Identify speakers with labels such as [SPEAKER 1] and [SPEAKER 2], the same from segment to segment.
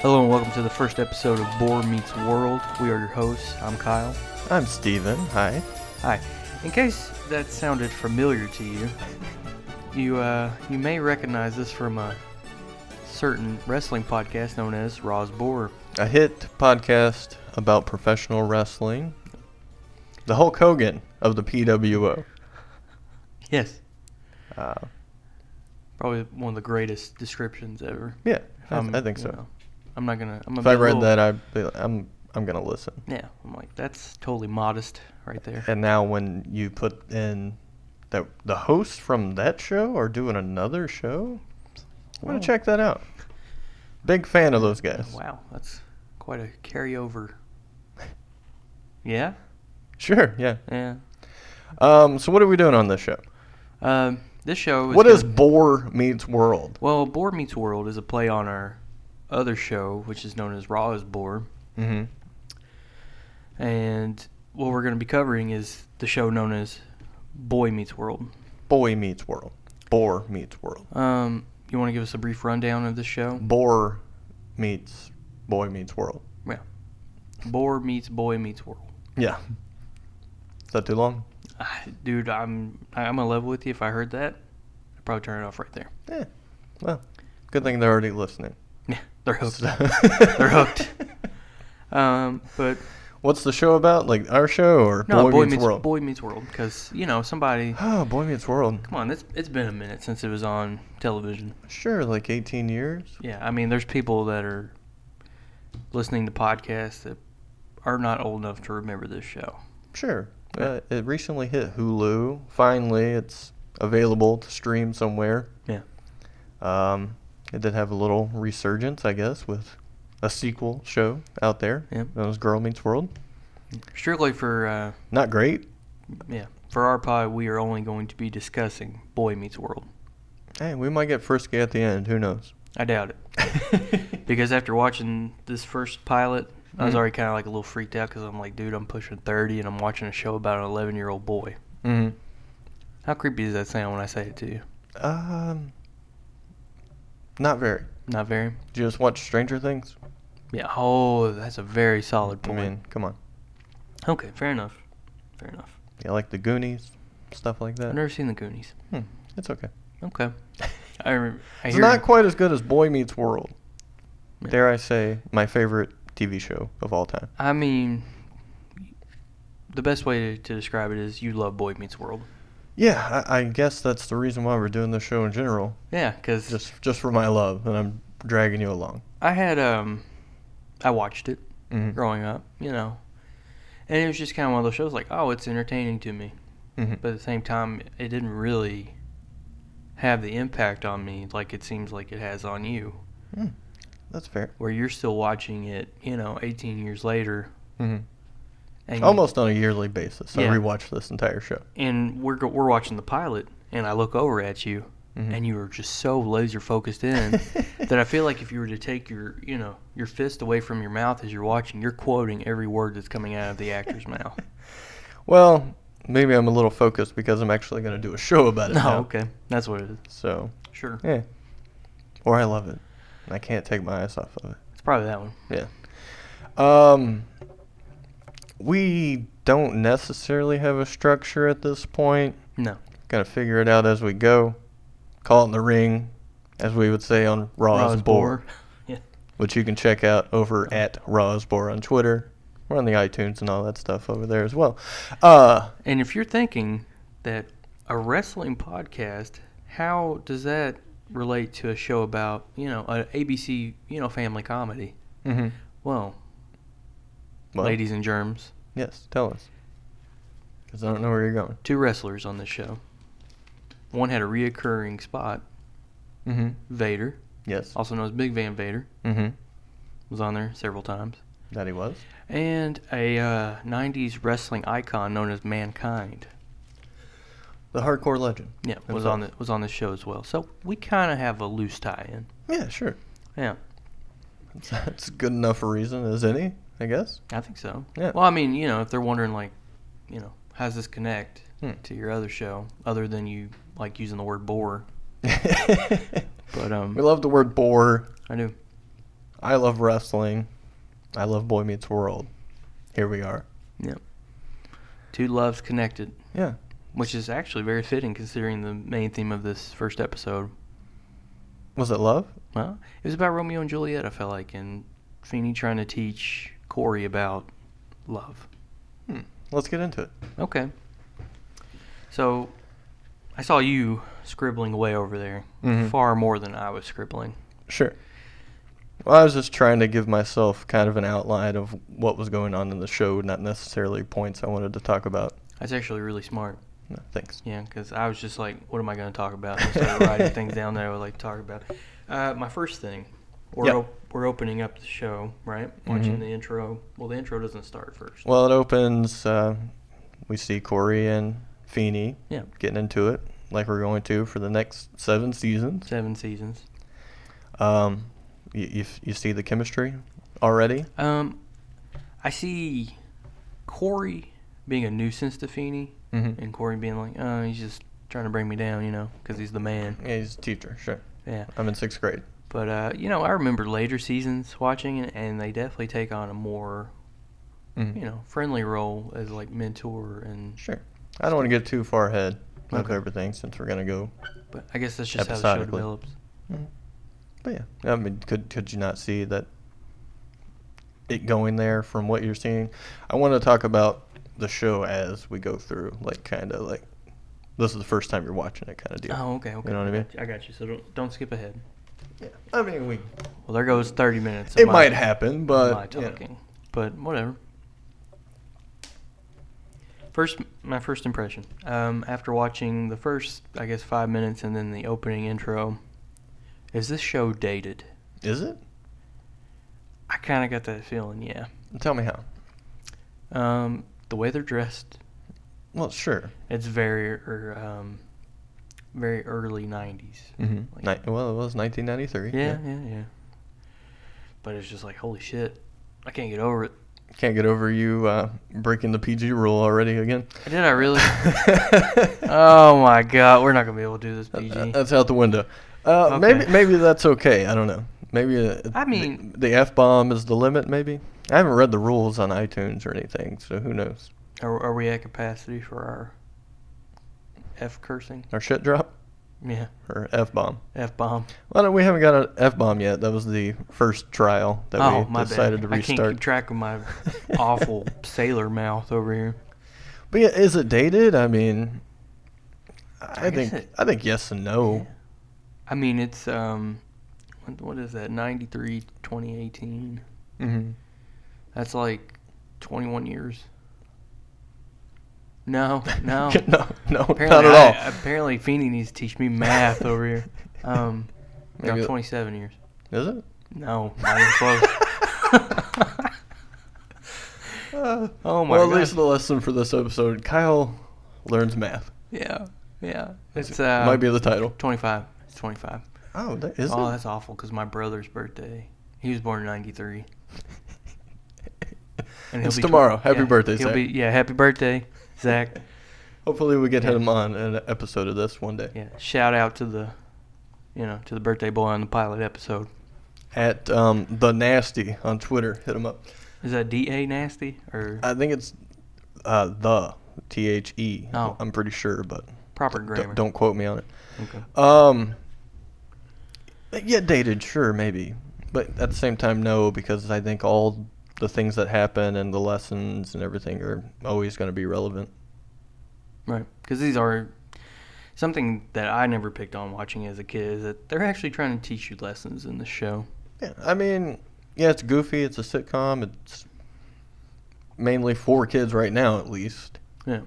[SPEAKER 1] Hello and welcome to the first episode of Boar Meets World. We are your hosts. I'm Kyle.
[SPEAKER 2] I'm Steven. Hi.
[SPEAKER 1] Hi. In case that sounded familiar to you, you uh, you may recognize this from a certain wrestling podcast known as Raw's Boar.
[SPEAKER 2] A hit podcast about professional wrestling. The Hulk Hogan of the PWO.
[SPEAKER 1] Yes,
[SPEAKER 2] Uh,
[SPEAKER 1] probably one of the greatest descriptions ever.
[SPEAKER 2] yeah,
[SPEAKER 1] If
[SPEAKER 2] I,
[SPEAKER 1] I'm,
[SPEAKER 2] I think
[SPEAKER 1] you
[SPEAKER 2] so.
[SPEAKER 1] know, I'm not gonna. I'm gonna
[SPEAKER 2] if
[SPEAKER 1] be
[SPEAKER 2] I
[SPEAKER 1] a
[SPEAKER 2] read
[SPEAKER 1] little-
[SPEAKER 2] that, I'd be, like, I'm I'm gonna listen.
[SPEAKER 1] yeah, I'm like that's totally modest right there.
[SPEAKER 2] And now when you put in that the hosts from that show are doing another show, I'm
[SPEAKER 1] Wow.
[SPEAKER 2] gonna check that out. Big fan of those guys.
[SPEAKER 1] Oh. Wow, that's quite a carryover. Yeah,
[SPEAKER 2] Sure. Yeah.
[SPEAKER 1] yeah.
[SPEAKER 2] Um. So what are we doing on this show?
[SPEAKER 1] Um, this show. Is
[SPEAKER 2] What
[SPEAKER 1] gonna-
[SPEAKER 2] is Boar Meets World?
[SPEAKER 1] Well, Board Meets World is a play on our other show, which is known as Raw is Boar.
[SPEAKER 2] Mm-hmm.
[SPEAKER 1] And what we're going to be covering is the show known as Boy Meets World.
[SPEAKER 2] Boy Meets World. Boar Meets World.
[SPEAKER 1] Um, you want to give us a brief rundown of this show?
[SPEAKER 2] Boar meets Boy Meets World.
[SPEAKER 1] Yeah. Boar meets Boy Meets World.
[SPEAKER 2] Yeah. Is that too long?
[SPEAKER 1] Ah, Dude, I'm I'm in love with you. If I heard that, I'd probably turn it off right there.
[SPEAKER 2] Yeah. Eh. Well, good thing they're already listening.
[SPEAKER 1] Yeah, they're hooked.
[SPEAKER 2] So-
[SPEAKER 1] they're hooked. Um, but
[SPEAKER 2] What's the show about? Like our show or
[SPEAKER 1] no,
[SPEAKER 2] Boy,
[SPEAKER 1] Boy
[SPEAKER 2] Meets, World?
[SPEAKER 1] Boy Meets World, because you know somebody.
[SPEAKER 2] Oh, Boy Meets World.
[SPEAKER 1] Come on, it's it's been a minute since it was on television.
[SPEAKER 2] Sure, like 18 years.
[SPEAKER 1] Yeah, I mean, there's people that are listening to podcasts that are not old enough to remember this show.
[SPEAKER 2] Sure. Uh, it recently hit Hulu. Finally, it's available to stream somewhere.
[SPEAKER 1] Yeah.
[SPEAKER 2] Um, it did have a little resurgence, I guess, with a sequel show out there.
[SPEAKER 1] Yeah.
[SPEAKER 2] That was Girl Meets World.
[SPEAKER 1] Strictly for, uh,
[SPEAKER 2] Not great.
[SPEAKER 1] yeah, for our pod, we are only going to be discussing Boy Meets World.
[SPEAKER 2] Hey, we might get frisky at the end. Who knows?
[SPEAKER 1] I doubt it. because after watching this first pilot, I was
[SPEAKER 2] Mhm.
[SPEAKER 1] already kind of like a little freaked out because I'm like, dude, I'm pushing 30 and I'm watching a show about an 11 year old boy.
[SPEAKER 2] Mhm.
[SPEAKER 1] How creepy does that sound when I say it to you?
[SPEAKER 2] Um, not very.
[SPEAKER 1] Not very?
[SPEAKER 2] Did you just watch Stranger Things?
[SPEAKER 1] Yeah. Oh, that's a very solid
[SPEAKER 2] I
[SPEAKER 1] point.
[SPEAKER 2] mean, come on.
[SPEAKER 1] okay, fair enough. Fair enough.
[SPEAKER 2] You like the Goonies, stuff like that.
[SPEAKER 1] I've never seen the Goonies.
[SPEAKER 2] Hmm, it's okay.
[SPEAKER 1] Okay. I remember. I
[SPEAKER 2] it's
[SPEAKER 1] hear
[SPEAKER 2] not quite as good as Boy Meets World.
[SPEAKER 1] Yeah.
[SPEAKER 2] Dare I say, my favorite TV show of all time.
[SPEAKER 1] I mean, the best way to, to describe it is you love Boy Meets World.
[SPEAKER 2] Yeah, I, I guess that's the reason why we're doing this show in general.
[SPEAKER 1] Yeah, because
[SPEAKER 2] Just, just for my love, and I'm dragging you along.
[SPEAKER 1] I had um, I watched it
[SPEAKER 2] Mm-hmm.
[SPEAKER 1] growing up, you know, and it was just kind of one of those shows like, oh, it's entertaining to me,
[SPEAKER 2] Mm-hmm.
[SPEAKER 1] but at the same time, it didn't really have the impact on me like it seems like it has on you,
[SPEAKER 2] Hmm, That's fair.
[SPEAKER 1] where you're still watching it, you know, 18 years later.
[SPEAKER 2] hmm
[SPEAKER 1] And
[SPEAKER 2] Almost on a yearly basis,
[SPEAKER 1] Yeah.
[SPEAKER 2] I rewatch this entire show.
[SPEAKER 1] and we're go- we're watching the pilot, and I look over at you,
[SPEAKER 2] Mhm.
[SPEAKER 1] and you are just so laser focused in that I feel like if you were to take your you know your fist away from your mouth as you're watching, you're quoting every word that's coming out of the actor's mouth.
[SPEAKER 2] Well, maybe I'm a little focused because I'm actually going to do a show about it.
[SPEAKER 1] No,
[SPEAKER 2] now.
[SPEAKER 1] okay, that's what it is.
[SPEAKER 2] So,
[SPEAKER 1] Sure,
[SPEAKER 2] yeah. Or I love it. And I can't take my eyes off of it.
[SPEAKER 1] it's probably that one.
[SPEAKER 2] Um, we don't necessarily have a structure at this point.
[SPEAKER 1] No.
[SPEAKER 2] Gonna figure it out as we go. Call it in the ring, as we would say on Raw's
[SPEAKER 1] Roz
[SPEAKER 2] Boar,
[SPEAKER 1] Bohr.
[SPEAKER 2] which you can check out over at Raw's Boar on Twitter. We're on the iTunes and all that stuff over there as well. Uh,
[SPEAKER 1] And if you're thinking that a wrestling podcast, how does that relate to a show about you know an ABC you know family comedy?
[SPEAKER 2] mm-hmm.
[SPEAKER 1] Well, ladies and germs,
[SPEAKER 2] Yes, tell us. Because I don't know where you're going.
[SPEAKER 1] two wrestlers on this show. One had a reoccurring spot.
[SPEAKER 2] Mm-hmm.
[SPEAKER 1] Vader,
[SPEAKER 2] Yes.
[SPEAKER 1] also known as Big Van Vader,
[SPEAKER 2] Mm-hmm.
[SPEAKER 1] was on there several times.
[SPEAKER 2] That he was.
[SPEAKER 1] And a uh, 90s wrestling icon known as Mankind.
[SPEAKER 2] The hardcore legend.
[SPEAKER 1] Yeah, was
[SPEAKER 2] Himself.
[SPEAKER 1] on the was on the show as well. So we kind of have a loose tie-in.
[SPEAKER 2] Yeah, sure.
[SPEAKER 1] Yeah.
[SPEAKER 2] That's, that's good enough a reason as any, I guess.
[SPEAKER 1] I think so.
[SPEAKER 2] Yeah.
[SPEAKER 1] Well, I mean, you know, if they're wondering like, you know, how's this connect
[SPEAKER 2] Hmm.
[SPEAKER 1] to your other show other than you like using the word bore,
[SPEAKER 2] but
[SPEAKER 1] um,
[SPEAKER 2] we love the word bore.
[SPEAKER 1] I do.
[SPEAKER 2] I love wrestling. I love Boy Meets World. Here we are.
[SPEAKER 1] Yep. Two loves connected,
[SPEAKER 2] Yeah.
[SPEAKER 1] which is actually very fitting considering the main theme of this first episode.
[SPEAKER 2] Was it love?
[SPEAKER 1] Well, it was about Romeo and Juliet, I felt like, and Feeney trying to teach Corey about love.
[SPEAKER 2] Hmm. Let's get into it.
[SPEAKER 1] Okay. So, I saw you scribbling away over there
[SPEAKER 2] Mhm.
[SPEAKER 1] far more than I was scribbling.
[SPEAKER 2] Sure. Well, I was just trying to give myself kind of an outline of what was going on in the show, not necessarily points I wanted to talk about.
[SPEAKER 1] That's actually really smart.
[SPEAKER 2] No, thanks.
[SPEAKER 1] Yeah, because I was just like, what am I going to talk about? And I started writing things down that I would like to talk about. Uh, my first thing, we're,
[SPEAKER 2] Yep.
[SPEAKER 1] op- we're opening up the show, right? Watching
[SPEAKER 2] Mhm.
[SPEAKER 1] the intro. Well, the intro doesn't start first.
[SPEAKER 2] Well, it opens. Uh, we see Corey and Feeney
[SPEAKER 1] Yeah.
[SPEAKER 2] getting into it, like we're going to for the next seven seasons.
[SPEAKER 1] Seven seasons.
[SPEAKER 2] Um, you, you, f- you see the chemistry already?
[SPEAKER 1] Um, I see Corey being a nuisance to Feeney,
[SPEAKER 2] Mhm.
[SPEAKER 1] and Corey being like, "Oh, he's just trying to bring me down," you know, because he's the man.
[SPEAKER 2] Yeah, he's a teacher, sure.
[SPEAKER 1] Yeah.
[SPEAKER 2] I'm in sixth grade.
[SPEAKER 1] But uh, you know, I remember later seasons watching, and, and they definitely take on a more,
[SPEAKER 2] Mhm.
[SPEAKER 1] you know, friendly role as like mentor and.
[SPEAKER 2] Sure. I don't want to get too far ahead of
[SPEAKER 1] Okay.
[SPEAKER 2] everything since we're going to go.
[SPEAKER 1] But I guess that's just how the show
[SPEAKER 2] Episodically.
[SPEAKER 1] develops.
[SPEAKER 2] Mhm. But yeah, I mean, could, could you not see that it going there from what you're seeing? I want to talk about the show as we go through, like, kind of like this is the first time you're watching it kind of deal.
[SPEAKER 1] Oh, okay, okay.
[SPEAKER 2] know what I mean?
[SPEAKER 1] I got you. So don't, don't skip ahead.
[SPEAKER 2] Yeah. I mean, we.
[SPEAKER 1] Well, there goes thirty minutes. of
[SPEAKER 2] It
[SPEAKER 1] my-
[SPEAKER 2] might happen, but
[SPEAKER 1] my
[SPEAKER 2] you know.
[SPEAKER 1] talking. But whatever. First, my first impression um, after watching the first, I guess, five minutes and then the opening intro, is this show dated?
[SPEAKER 2] is it?
[SPEAKER 1] I kind of got that feeling, yeah.
[SPEAKER 2] Tell me how.
[SPEAKER 1] Um, the way they're dressed,
[SPEAKER 2] Well, sure.
[SPEAKER 1] it's very, er, um, very early '90s.
[SPEAKER 2] Mm-hmm.
[SPEAKER 1] Like-
[SPEAKER 2] Ni- well, it was 1993.
[SPEAKER 1] yeah, yeah, yeah. But it's just like, holy shit, I can't get over it.
[SPEAKER 2] Can't get over you uh, breaking the PG rule already again.
[SPEAKER 1] Did I really? oh my god, we're not gonna be able to do this, PG.
[SPEAKER 2] Uh, That's out the window. Uh,
[SPEAKER 1] Okay.
[SPEAKER 2] Maybe maybe that's okay. I don't know. Maybe uh,
[SPEAKER 1] I
[SPEAKER 2] the-
[SPEAKER 1] mean-
[SPEAKER 2] the, f bomb is the limit. Maybe I haven't read the rules on iTunes or anything, so who knows?
[SPEAKER 1] Are, are we at capacity for our F cursing?
[SPEAKER 2] Or shit drop
[SPEAKER 1] Yeah,
[SPEAKER 2] or f bomb.
[SPEAKER 1] F bomb.
[SPEAKER 2] Well, no, we haven't got an f bomb yet. That was the first trial that
[SPEAKER 1] Oh,
[SPEAKER 2] we
[SPEAKER 1] my
[SPEAKER 2] decided
[SPEAKER 1] bad.
[SPEAKER 2] to
[SPEAKER 1] I can't keep
[SPEAKER 2] restart.
[SPEAKER 1] track of my awful sailor mouth over here.
[SPEAKER 2] But yeah, is it dated? I mean, I,
[SPEAKER 1] I guess
[SPEAKER 2] think
[SPEAKER 1] it-
[SPEAKER 2] I think yes and no.
[SPEAKER 1] I mean, it's, um, what, what is that? 93, 2018.
[SPEAKER 2] Mm-hmm.
[SPEAKER 1] That's like 21 years. No, no.
[SPEAKER 2] no, no,
[SPEAKER 1] Apparently,
[SPEAKER 2] not at
[SPEAKER 1] I-
[SPEAKER 2] all.
[SPEAKER 1] apparently, Feeney needs to teach me math over here. Um,
[SPEAKER 2] Maybe
[SPEAKER 1] no,
[SPEAKER 2] the-
[SPEAKER 1] 27 years.
[SPEAKER 2] Is it?
[SPEAKER 1] No, not even close.
[SPEAKER 2] Uh,
[SPEAKER 1] Oh my
[SPEAKER 2] well, at
[SPEAKER 1] gosh.
[SPEAKER 2] least the lesson for this episode: Kyle learns math.
[SPEAKER 1] yeah, yeah. It's
[SPEAKER 2] It
[SPEAKER 1] uh,
[SPEAKER 2] might be the title.
[SPEAKER 1] 25. It's 25.
[SPEAKER 2] Oh, that is
[SPEAKER 1] oh,
[SPEAKER 2] it?
[SPEAKER 1] that's awful because my brother's birthday. He was born in 93. And
[SPEAKER 2] It's
[SPEAKER 1] be
[SPEAKER 2] tomorrow. Happy
[SPEAKER 1] yeah,
[SPEAKER 2] birthday,
[SPEAKER 1] he'll
[SPEAKER 2] Zach.
[SPEAKER 1] Be, yeah, happy birthday, Zach.
[SPEAKER 2] Hopefully, we get
[SPEAKER 1] Yeah.
[SPEAKER 2] him on an episode of this one day.
[SPEAKER 1] yeah, shout out to the, you know, to the birthday boy on the pilot episode.
[SPEAKER 2] At um, the nasty on Twitter, hit him up.
[SPEAKER 1] Is that DA nasty or
[SPEAKER 2] I think it's uh, the T H E.
[SPEAKER 1] Oh.
[SPEAKER 2] I'm pretty sure, but
[SPEAKER 1] proper
[SPEAKER 2] d-
[SPEAKER 1] grammar?
[SPEAKER 2] don't quote me on it.
[SPEAKER 1] Okay.
[SPEAKER 2] Um, yeah, dated, sure, maybe, but at the same time, no, because I think all the things that happen and the lessons and everything are always going to be relevant.
[SPEAKER 1] Right. Because these are something that I never picked on watching as a kid is that they're actually trying to teach you lessons in the show.
[SPEAKER 2] Yeah, I mean, yeah, it's goofy. It's a sitcom. It's mainly for kids right now, at least.
[SPEAKER 1] Yeah.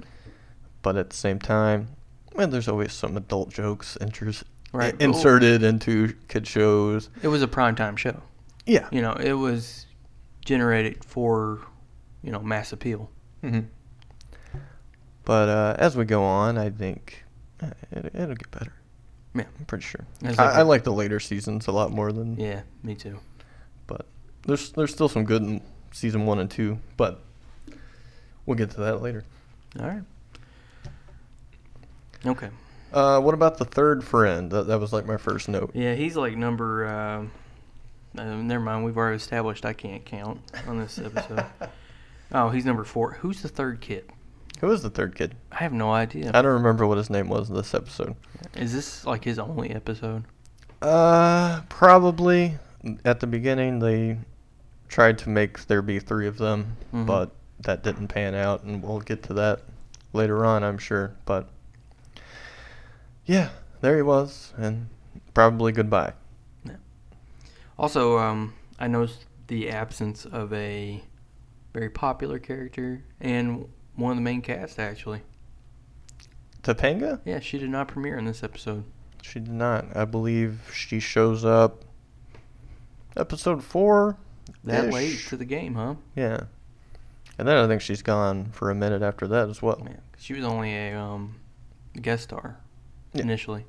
[SPEAKER 2] But at the same time, well, there's always some adult jokes inters-
[SPEAKER 1] Right. but-
[SPEAKER 2] inserted into kid shows.
[SPEAKER 1] It was a primetime show.
[SPEAKER 2] Yeah.
[SPEAKER 1] You know, it was generated for, you know, mass appeal.
[SPEAKER 2] hmm But uh, as we go on, I think uh, it, it'll get better.
[SPEAKER 1] Yeah.
[SPEAKER 2] I'm pretty sure.
[SPEAKER 1] As they
[SPEAKER 2] I, I
[SPEAKER 1] get-
[SPEAKER 2] like the later seasons a lot more than.
[SPEAKER 1] Yeah, me too.
[SPEAKER 2] But there's there's still some good in season one and two. But we'll get to that later.
[SPEAKER 1] All right. Okay.
[SPEAKER 2] Uh, what about the third friend? That, that was like my first note.
[SPEAKER 1] Yeah, he's like number, um Uh, never mind. We've already established I can't count on this episode. oh, he's number four. Who's the third kid?
[SPEAKER 2] Who was the third kid?
[SPEAKER 1] I have no idea.
[SPEAKER 2] I don't remember what his name was in this episode.
[SPEAKER 1] Is this like his only episode?
[SPEAKER 2] Uh, probably at the beginning they tried to make there be three of them,
[SPEAKER 1] Mhm.
[SPEAKER 2] but that didn't pan out, and we'll get to that later on, I'm sure. But yeah, there he was, and probably goodbye.
[SPEAKER 1] Also, um, I noticed the absence of a very popular character and one of the main cast actually.
[SPEAKER 2] Topanga?
[SPEAKER 1] Yeah, she did not premiere in this episode.
[SPEAKER 2] She did not. I believe she shows up episode four.
[SPEAKER 1] That
[SPEAKER 2] Ish.
[SPEAKER 1] late to the game, huh?
[SPEAKER 2] Yeah. And then I think she's gone for a minute after that as well.
[SPEAKER 1] Yeah, 'cause she was only a um, guest star
[SPEAKER 2] Yeah.
[SPEAKER 1] initially.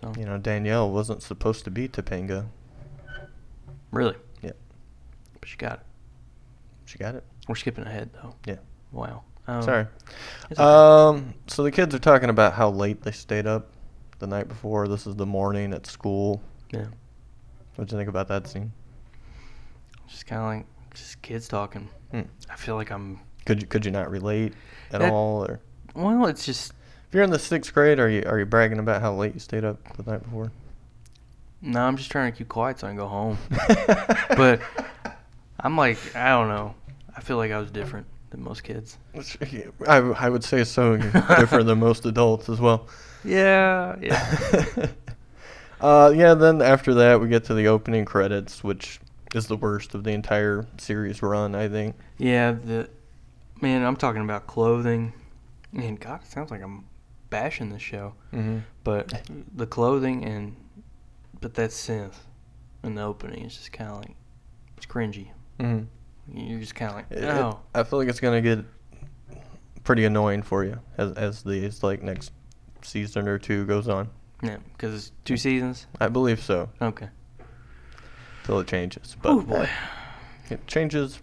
[SPEAKER 1] So
[SPEAKER 2] You know, Danielle wasn't supposed to be Topanga.
[SPEAKER 1] really,
[SPEAKER 2] Yeah.
[SPEAKER 1] but she got it.
[SPEAKER 2] She got it.
[SPEAKER 1] We're skipping ahead though.
[SPEAKER 2] Yeah.
[SPEAKER 1] Wow. Um,
[SPEAKER 2] Sorry.
[SPEAKER 1] it's okay.
[SPEAKER 2] Um, so the kids are talking about how late they stayed up the night before. This is the morning at school.
[SPEAKER 1] yeah.
[SPEAKER 2] What'd you think about that scene?
[SPEAKER 1] Just kind of like just kids talking.
[SPEAKER 2] Hmm.
[SPEAKER 1] I feel like I'm.
[SPEAKER 2] Could you could you not relate at
[SPEAKER 1] That-
[SPEAKER 2] all? Or
[SPEAKER 1] Well, it's just
[SPEAKER 2] if you're in the sixth grade, are you are you bragging about how late you stayed up the night before?
[SPEAKER 1] no. I'm just trying to keep quiet so I can go home. But- I'm like I don't know. I feel like I was different than most kids.
[SPEAKER 2] I, w- I would say so different than most adults as well.
[SPEAKER 1] Yeah. Yeah.
[SPEAKER 2] uh, yeah. Then after that, we get to the opening credits, which is the worst of the entire series run. I think.
[SPEAKER 1] yeah. The man. I'm talking about clothing. Man, God, it sounds like I'm bashing this show.
[SPEAKER 2] Mm-hmm.
[SPEAKER 1] But the clothing and but that synth in the opening is just kind of like it's cringy.
[SPEAKER 2] Mm-hmm.
[SPEAKER 1] You're just kind of like,
[SPEAKER 2] It-
[SPEAKER 1] oh,
[SPEAKER 2] I feel like it's gonna get pretty annoying for you as as these like next season or two goes on.
[SPEAKER 1] yeah, because it's two seasons.
[SPEAKER 2] I believe so.
[SPEAKER 1] Okay.
[SPEAKER 2] Till it changes. But
[SPEAKER 1] Oh boy.
[SPEAKER 2] it changes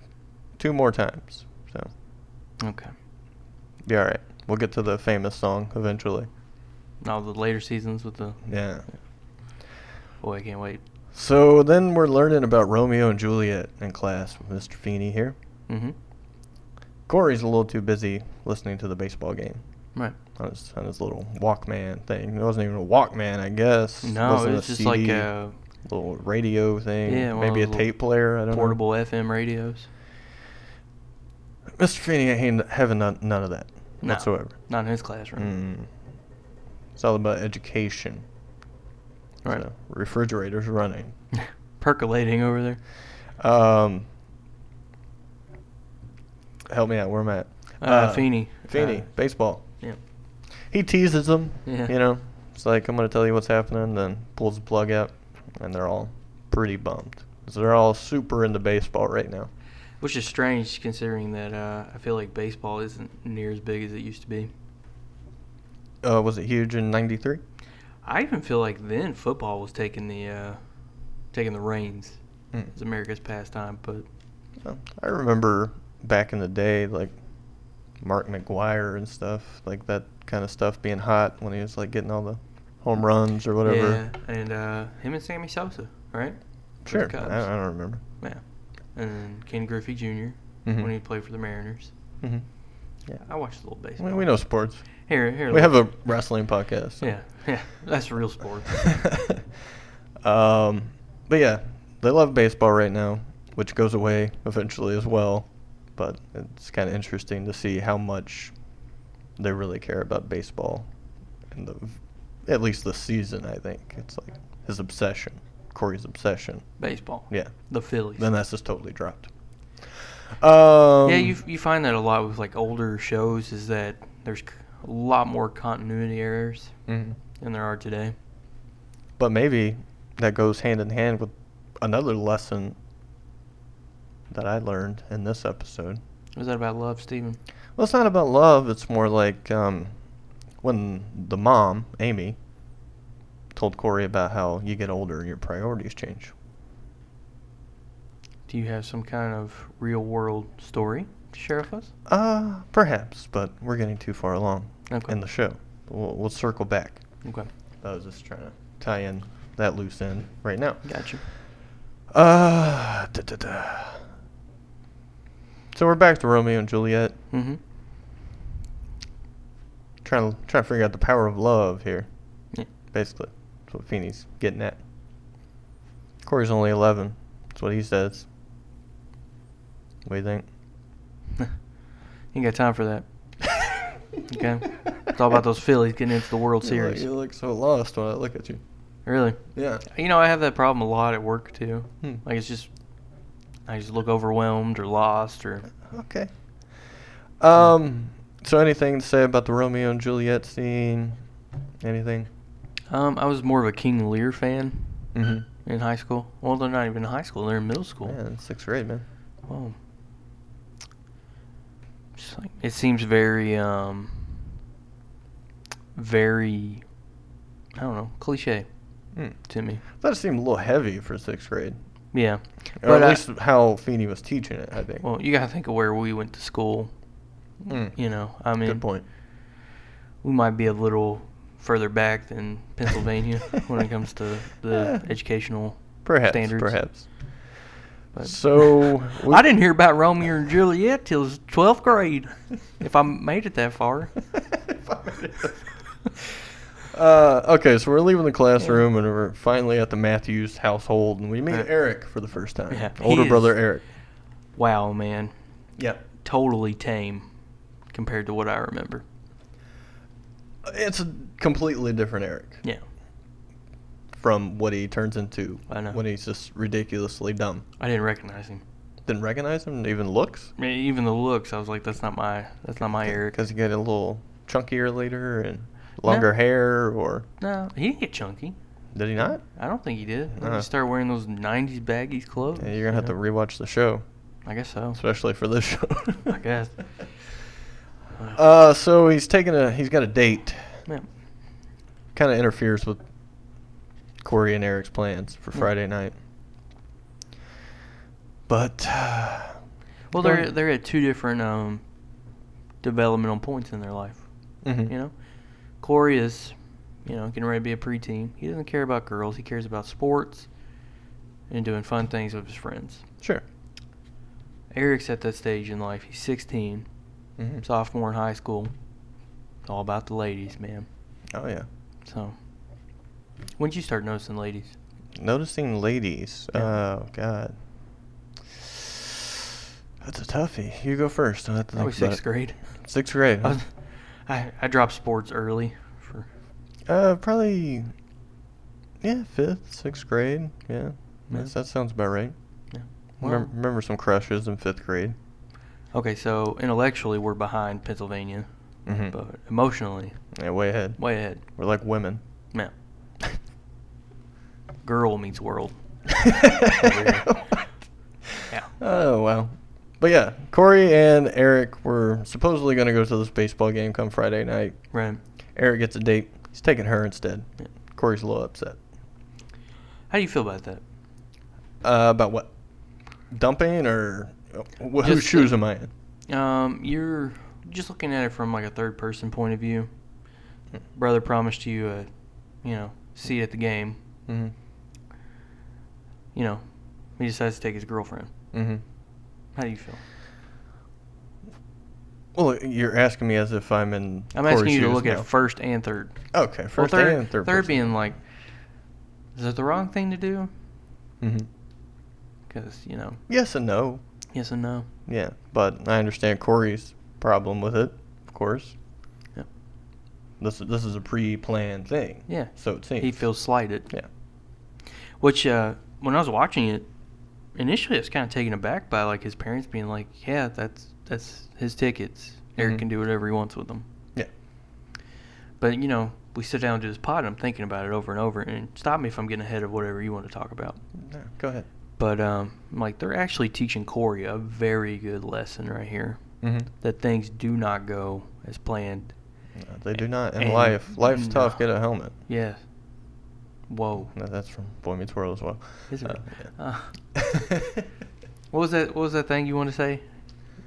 [SPEAKER 2] two more times. So
[SPEAKER 1] Okay.
[SPEAKER 2] be alright. We'll get to the famous song eventually.
[SPEAKER 1] Now the later seasons with the
[SPEAKER 2] Yeah.
[SPEAKER 1] boy, I can't wait.
[SPEAKER 2] So then we're learning about Romeo and Juliet in class with Mr. Feeney here.
[SPEAKER 1] Mm-hmm.
[SPEAKER 2] Corey's a little too busy listening to the baseball game
[SPEAKER 1] Right.
[SPEAKER 2] on his, on his little Walkman thing. It wasn't even a Walkman, I guess.
[SPEAKER 1] No,
[SPEAKER 2] wasn't
[SPEAKER 1] it was just like
[SPEAKER 2] CD.
[SPEAKER 1] uh,
[SPEAKER 2] little radio thing.
[SPEAKER 1] Yeah, one of
[SPEAKER 2] maybe a
[SPEAKER 1] those little
[SPEAKER 2] tape player. I don't
[SPEAKER 1] portable FM radios.
[SPEAKER 2] know. Mr. Feeney ain't having none, none of that
[SPEAKER 1] No,
[SPEAKER 2] whatsoever.
[SPEAKER 1] Not in his classroom.
[SPEAKER 2] Mm. It's all about education.
[SPEAKER 1] Right.
[SPEAKER 2] Mm-hmm. So, refrigerators running.
[SPEAKER 1] Percolating over there.
[SPEAKER 2] Um, help me out. Where am I at?
[SPEAKER 1] Uh, Feeney.
[SPEAKER 2] Feeney.
[SPEAKER 1] Uh,
[SPEAKER 2] baseball.
[SPEAKER 1] Yeah.
[SPEAKER 2] He teases them.
[SPEAKER 1] Yeah.
[SPEAKER 2] You know, it's like I'm gonna tell you what's happening, then pulls the plug out, and they're all pretty bummed. 'Cause they're all super into baseball right now.
[SPEAKER 1] Which is strange considering that uh, I feel like baseball isn't near as big as it used to be.
[SPEAKER 2] Uh, was it huge in '93?
[SPEAKER 1] I even feel like then football was taking the uh, taking the reins
[SPEAKER 2] Mm.
[SPEAKER 1] as America's pastime, but
[SPEAKER 2] Well, Oh, I remember back in the day, like Mark McGuire and stuff, like that kind of stuff being hot when he was like getting all the home runs or whatever.
[SPEAKER 1] yeah, and uh, him and Sammy Sosa, right? For the
[SPEAKER 2] sure,
[SPEAKER 1] Cubs.
[SPEAKER 2] I, I don't remember.
[SPEAKER 1] Yeah, and then Ken Griffey junior
[SPEAKER 2] Mhm.
[SPEAKER 1] when he played for the Mariners.
[SPEAKER 2] hmm
[SPEAKER 1] I watched a little baseball.
[SPEAKER 2] We, we know sports.
[SPEAKER 1] Here, here.
[SPEAKER 2] We have
[SPEAKER 1] look.
[SPEAKER 2] a wrestling podcast. so.
[SPEAKER 1] Yeah, yeah. That's real sport.
[SPEAKER 2] um, but yeah, they love baseball right now, which goes away eventually as well. But it's kind of interesting to see how much they really care about baseball, and the at least the season. I think it's like his obsession, Corey's obsession.
[SPEAKER 1] Baseball.
[SPEAKER 2] Yeah.
[SPEAKER 1] The Phillies.
[SPEAKER 2] Then that's just totally dropped. Um,
[SPEAKER 1] yeah, you you find that a lot with like older shows is that there's c- a lot more continuity errors
[SPEAKER 2] mhm.
[SPEAKER 1] than there are today.
[SPEAKER 2] But maybe that goes hand in hand with another lesson that I learned in this episode.
[SPEAKER 1] Was that about love, Steven?
[SPEAKER 2] Well, it's not about love. It's more like um, when the mom, Amy, told Corey about how you get older and your priorities change.
[SPEAKER 1] Do you have some kind of real world story to share with us?
[SPEAKER 2] Uh, perhaps, but we're getting too far along
[SPEAKER 1] Okay.
[SPEAKER 2] in the show. We'll, we'll circle back.
[SPEAKER 1] Okay.
[SPEAKER 2] I was just trying to tie in that loose end right now.
[SPEAKER 1] Gotcha.
[SPEAKER 2] Uh, da, da, da. So we're back to Romeo and Juliet,
[SPEAKER 1] Mm-hmm.
[SPEAKER 2] trying to trying to figure out the power of love here.
[SPEAKER 1] Yeah.
[SPEAKER 2] Basically, that's what Feeney's getting at. Corey's only eleven. That's what he says. What do you think?
[SPEAKER 1] Ain't got time for that. Okay. It's all about those Phillies getting into the World
[SPEAKER 2] You look-
[SPEAKER 1] Series.
[SPEAKER 2] you look so lost when I look at you.
[SPEAKER 1] Really.
[SPEAKER 2] Yeah.
[SPEAKER 1] You know, I have that problem a lot at work too.
[SPEAKER 2] Hmm.
[SPEAKER 1] Like it's just, I just look overwhelmed or lost or.
[SPEAKER 2] Okay. Um. So, anything to say about the Romeo and Juliet scene? Anything?
[SPEAKER 1] Um, I was more of a King Lear fan
[SPEAKER 2] Mm-hmm.
[SPEAKER 1] in high school. Well, they're not even in high school; they're in middle school.
[SPEAKER 2] Man, sixth grade, man.
[SPEAKER 1] Well, just like it seems very, um, very, I don't know, cliche
[SPEAKER 2] Mm.
[SPEAKER 1] to me.
[SPEAKER 2] That seemed a little heavy for sixth grade,
[SPEAKER 1] Yeah.
[SPEAKER 2] or
[SPEAKER 1] But
[SPEAKER 2] at
[SPEAKER 1] I-
[SPEAKER 2] least how Feeney was teaching it. I think.
[SPEAKER 1] Well, you gotta think of where we went to school.
[SPEAKER 2] Mm.
[SPEAKER 1] You know, I mean,
[SPEAKER 2] Good point.
[SPEAKER 1] we might be a little further back than Pennsylvania when it comes to the
[SPEAKER 2] Yeah.
[SPEAKER 1] educational
[SPEAKER 2] Perhaps.
[SPEAKER 1] standards.
[SPEAKER 2] Perhaps.
[SPEAKER 1] But-
[SPEAKER 2] So we-
[SPEAKER 1] I didn't hear about Romeo and Juliet till 12th grade, if I made it that far.
[SPEAKER 2] If I made it that Uh, okay, so we're leaving the classroom and we're finally at the Matthews household, and we meet
[SPEAKER 1] Right.
[SPEAKER 2] Eric for the first time.
[SPEAKER 1] Yeah, he
[SPEAKER 2] Older
[SPEAKER 1] is-
[SPEAKER 2] brother Eric.
[SPEAKER 1] wow, man,
[SPEAKER 2] Yeah.
[SPEAKER 1] totally tame compared to what I remember.
[SPEAKER 2] It's a completely different Eric
[SPEAKER 1] Yeah,
[SPEAKER 2] from what he turns into
[SPEAKER 1] I know.
[SPEAKER 2] when he's just ridiculously dumb.
[SPEAKER 1] I didn't recognize him.
[SPEAKER 2] Didn't recognize him, even looks.
[SPEAKER 1] I mean, even the looks, I was like, that's not my, that's not my Eric.
[SPEAKER 2] Because he got a little chunkier later and longer hair, or
[SPEAKER 1] No, he didn't get chunky.
[SPEAKER 2] did he not?
[SPEAKER 1] I don't think he did. I think
[SPEAKER 2] Uh-huh.
[SPEAKER 1] he started wearing those 90s baggy clothes.
[SPEAKER 2] Yeah, you're going to have to
[SPEAKER 1] you know?
[SPEAKER 2] rewatch the show,
[SPEAKER 1] I guess so.
[SPEAKER 2] especially for this show.
[SPEAKER 1] I guess.
[SPEAKER 2] Uh, so he's taking a he's got a date.
[SPEAKER 1] Yeah.
[SPEAKER 2] Kind of interferes with Corey and Eric's plans for
[SPEAKER 1] Hmm.
[SPEAKER 2] Friday night. But
[SPEAKER 1] Well, they're they're at two different um, developmental points in their life.
[SPEAKER 2] Mhm.
[SPEAKER 1] You know, Corey is, you know, getting ready to be a preteen. He doesn't care about girls. He cares about sports and doing fun things with his friends.
[SPEAKER 2] sure.
[SPEAKER 1] Eric's at that stage in life. He's 16,
[SPEAKER 2] Mhm.
[SPEAKER 1] sophomore in high school. It's all about the ladies, man.
[SPEAKER 2] Oh yeah.
[SPEAKER 1] So, when'd you start noticing ladies?
[SPEAKER 2] Noticing ladies.
[SPEAKER 1] Yeah.
[SPEAKER 2] Oh god. That's a toughie. You go first. I have to think
[SPEAKER 1] Probably
[SPEAKER 2] about
[SPEAKER 1] sixth
[SPEAKER 2] it.
[SPEAKER 1] grade. Uh,
[SPEAKER 2] Sixth grade.
[SPEAKER 1] I,
[SPEAKER 2] huh?
[SPEAKER 1] was, I I dropped sports early for
[SPEAKER 2] Uh, probably. Yeah, fifth, sixth grade. Yeah, That's, that sounds about right.
[SPEAKER 1] yeah.
[SPEAKER 2] Remem- remember some crushes in fifth grade.
[SPEAKER 1] Okay, so intellectually we're behind Pennsylvania,
[SPEAKER 2] Mhm.
[SPEAKER 1] but emotionally,
[SPEAKER 2] Yeah, way ahead.
[SPEAKER 1] way ahead.
[SPEAKER 2] We're like women.
[SPEAKER 1] Now, girl meets world. Yeah.
[SPEAKER 2] Oh wow. But yeah, Corey and Eric were supposedly going to go to this baseball game come Friday night.
[SPEAKER 1] Right.
[SPEAKER 2] Eric gets a date. He's taking her instead.
[SPEAKER 1] Yeah.
[SPEAKER 2] Corey's a little upset.
[SPEAKER 1] How do you feel about that?
[SPEAKER 2] Uh, about what? Dumping or wh- whose
[SPEAKER 1] Just-
[SPEAKER 2] shoes am I in?
[SPEAKER 1] Um, you're just looking at it from like a third person point of view.
[SPEAKER 2] Hmm.
[SPEAKER 1] Brother promised you a, you know, seat at the game.
[SPEAKER 2] Mm-hmm.
[SPEAKER 1] You know, he decides to take his girlfriend.
[SPEAKER 2] Mm-hmm.
[SPEAKER 1] How do you feel?
[SPEAKER 2] Well, you're asking me as if I'm in.
[SPEAKER 1] I'm asking
[SPEAKER 2] Corey's
[SPEAKER 1] you to
[SPEAKER 2] shoes
[SPEAKER 1] look
[SPEAKER 2] now.
[SPEAKER 1] at first and third.
[SPEAKER 2] Okay,
[SPEAKER 1] Well,
[SPEAKER 2] Oh, first
[SPEAKER 1] third,
[SPEAKER 2] and third.
[SPEAKER 1] third being like, is it the wrong thing to do?
[SPEAKER 2] hmm
[SPEAKER 1] Because you know,
[SPEAKER 2] Yes and no.
[SPEAKER 1] yes and no.
[SPEAKER 2] Yeah, but I understand Corey's problem with it, of course.
[SPEAKER 1] Yeah.
[SPEAKER 2] This this is a pre-planned thing.
[SPEAKER 1] Yeah.
[SPEAKER 2] So it seems
[SPEAKER 1] He feels slighted.
[SPEAKER 2] Yeah.
[SPEAKER 1] Which, uh, when I was watching it, initially I was kind of taken aback by like his parents being like, "Yeah, that's that's his tickets. Eric
[SPEAKER 2] Mhm.
[SPEAKER 1] can do whatever he wants with them."
[SPEAKER 2] Yeah.
[SPEAKER 1] But you know, we sit down to this pod, and I'm thinking about it over and over. And stop me if I'm getting ahead of whatever you want to talk about.
[SPEAKER 2] No, go ahead.
[SPEAKER 1] But um, I'm like they're actually teaching Corey a very good lesson right here
[SPEAKER 2] Mm-hmm.
[SPEAKER 1] that things do not go as planned.
[SPEAKER 2] No, they do not in
[SPEAKER 1] And-
[SPEAKER 2] life. Life's tough.
[SPEAKER 1] no.
[SPEAKER 2] Get a helmet.
[SPEAKER 1] Yeah. Whoa.
[SPEAKER 2] No, that's from Boy Meets World as well.
[SPEAKER 1] Is it?
[SPEAKER 2] Uh,
[SPEAKER 1] Uh, What was that? What was that thing you want to say?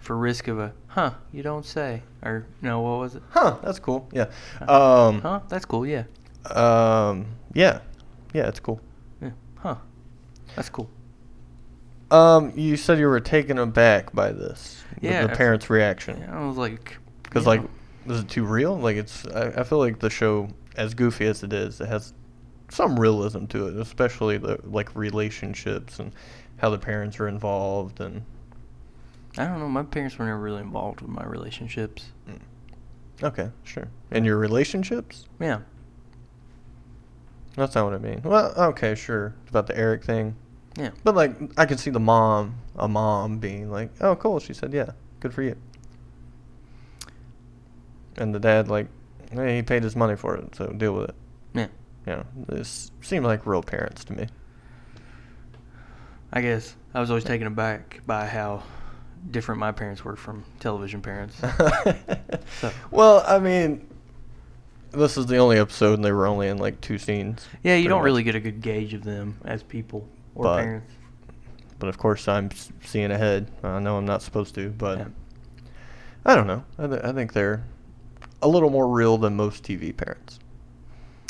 [SPEAKER 1] For risk of a huh? You don't say. Or no? What was it?
[SPEAKER 2] huh? That's cool. Yeah.
[SPEAKER 1] Uh, Huh.
[SPEAKER 2] Um.
[SPEAKER 1] Huh? That's cool. Yeah.
[SPEAKER 2] Um. Yeah. yeah, it's cool.
[SPEAKER 1] Yeah. Huh. That's cool.
[SPEAKER 2] Um, you said you were taken aback by this, the-
[SPEAKER 1] Yeah,
[SPEAKER 2] the
[SPEAKER 1] I-
[SPEAKER 2] parents' reaction,
[SPEAKER 1] Yeah, I was like,
[SPEAKER 2] because
[SPEAKER 1] yeah.
[SPEAKER 2] like, was it too real? Like, it's I, I feel like the show, as goofy as it is, it has some realism to it, especially the like relationships and how the parents are involved and.
[SPEAKER 1] I don't know. My parents were never really involved with my relationships.
[SPEAKER 2] Mm. hmm. Okay, sure. And your relationships?
[SPEAKER 1] Yeah.
[SPEAKER 2] That's not what I mean. Well, okay, sure. About the Eric thing.
[SPEAKER 1] Yeah.
[SPEAKER 2] But like I could see the mom, a mom being like, "Oh, cool." She said, "Yeah, good for you." And the dad like, "Hey, he paid his money for it, so deal with it."
[SPEAKER 1] Yeah.
[SPEAKER 2] You know, this seemed like real parents to me.
[SPEAKER 1] I guess I was always taken aback by how different my parents were from television parents.
[SPEAKER 2] well, I mean, this is the only episode, and they were only in like two scenes.
[SPEAKER 1] yeah, you
[SPEAKER 2] pretty
[SPEAKER 1] don't
[SPEAKER 2] much.
[SPEAKER 1] really get a good gauge of them as people or
[SPEAKER 2] But-
[SPEAKER 1] parents.
[SPEAKER 2] But of course, I'm s- seeing ahead. I know I'm not supposed to, but
[SPEAKER 1] Yeah.
[SPEAKER 2] I don't know. I, th- I think they're a little more real than most TV parents.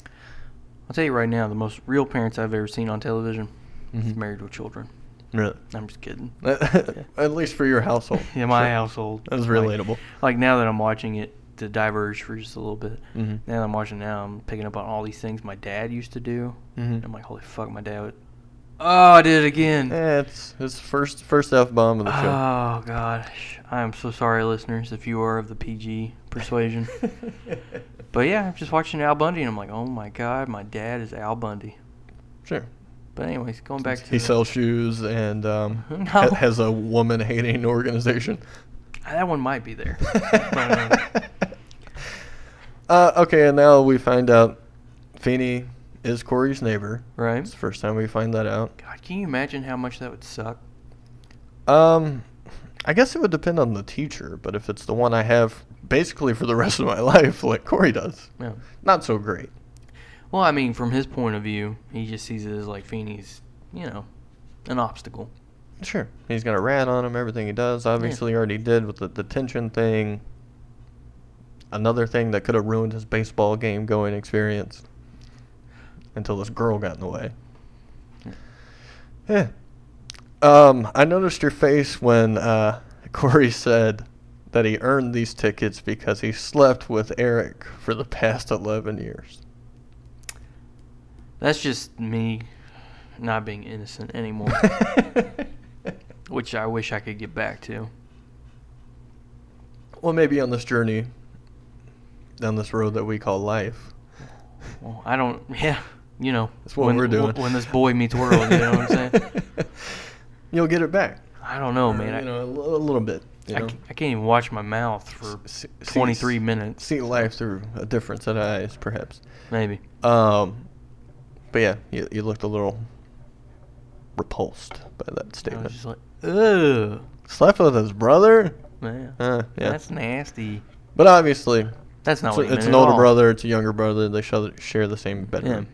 [SPEAKER 1] I'll tell you right now, the most real parents I've ever seen on television is
[SPEAKER 2] Mhm.
[SPEAKER 1] married with children.
[SPEAKER 2] Really.
[SPEAKER 1] I'm just kidding.
[SPEAKER 2] At least for your household.
[SPEAKER 1] Yeah, my
[SPEAKER 2] Sure.
[SPEAKER 1] household.
[SPEAKER 2] That was
[SPEAKER 1] Like-
[SPEAKER 2] relatable.
[SPEAKER 1] Like, now that I'm watching it, to diverge for just a little bit.
[SPEAKER 2] Mhm.
[SPEAKER 1] Now that I'm watching now, I'm picking up on all these things my dad used to do.
[SPEAKER 2] Mhm.
[SPEAKER 1] I'm like, holy fuck, my dad. Would... Oh, I did it again.
[SPEAKER 2] Eh, it's his first first F bomb of the show.
[SPEAKER 1] Oh gosh, I am so sorry, listeners, if you are of the PG persuasion. but yeah, I'm just watching Al Bundy, and I'm like, oh my god, my dad is Al Bundy.
[SPEAKER 2] Sure.
[SPEAKER 1] But anyways, going back to
[SPEAKER 2] he sells shoes and um,
[SPEAKER 1] No.
[SPEAKER 2] ha- has a woman hating organization.
[SPEAKER 1] that one might be there. But, uh,
[SPEAKER 2] uh, okay, and now we find out Feeney is Corey's neighbor.
[SPEAKER 1] right?
[SPEAKER 2] It's the first time we find that out.
[SPEAKER 1] God, can you imagine how much that would suck?
[SPEAKER 2] Um, I guess it would depend on the teacher, but if it's the one I have basically for the rest of my life, like Corey does,
[SPEAKER 1] Yeah.
[SPEAKER 2] not so great.
[SPEAKER 1] Well, I mean, from his point of view, he just sees it as like Feeney's, you know, an obstacle.
[SPEAKER 2] Sure, he's got a rat on him. Everything he does, obviously, he already did with the detention thing. Another thing that could have ruined his baseball game going experience until this girl got in the way. Yeah. Um, I noticed your face when uh, Corey said that he earned these tickets because he slept with Eric for the past 11 years.
[SPEAKER 1] That's just me not being innocent anymore, which I wish I could get back to.
[SPEAKER 2] well, maybe on this journey, down this road that we call life.
[SPEAKER 1] Well, I don't. Yeah, you know.
[SPEAKER 2] That's what
[SPEAKER 1] when,
[SPEAKER 2] we're doing.
[SPEAKER 1] When this boy meets world, you know what I'm saying?
[SPEAKER 2] You'll get it back.
[SPEAKER 1] I don't know,
[SPEAKER 2] Or,
[SPEAKER 1] man. I,
[SPEAKER 2] Uh, You know, a, li- a little bit. You
[SPEAKER 1] I,
[SPEAKER 2] know?
[SPEAKER 1] ca- I can't even watch my mouth for
[SPEAKER 2] S- s- see-
[SPEAKER 1] 23 minutes,
[SPEAKER 2] See life through a different set of eyes, perhaps.
[SPEAKER 1] maybe.
[SPEAKER 2] Um, but yeah, you, you looked a little repulsed by that
[SPEAKER 1] I was
[SPEAKER 2] statement.
[SPEAKER 1] just like, ugh,
[SPEAKER 2] Slept with his brother?
[SPEAKER 1] man.
[SPEAKER 2] Uh, yeah.
[SPEAKER 1] That's nasty.
[SPEAKER 2] but obviously,
[SPEAKER 1] That's not
[SPEAKER 2] it's,
[SPEAKER 1] what
[SPEAKER 2] a-
[SPEAKER 1] he
[SPEAKER 2] it's
[SPEAKER 1] meant
[SPEAKER 2] an
[SPEAKER 1] at
[SPEAKER 2] older
[SPEAKER 1] all.
[SPEAKER 2] brother, it's a younger brother. They share, share the same bedroom.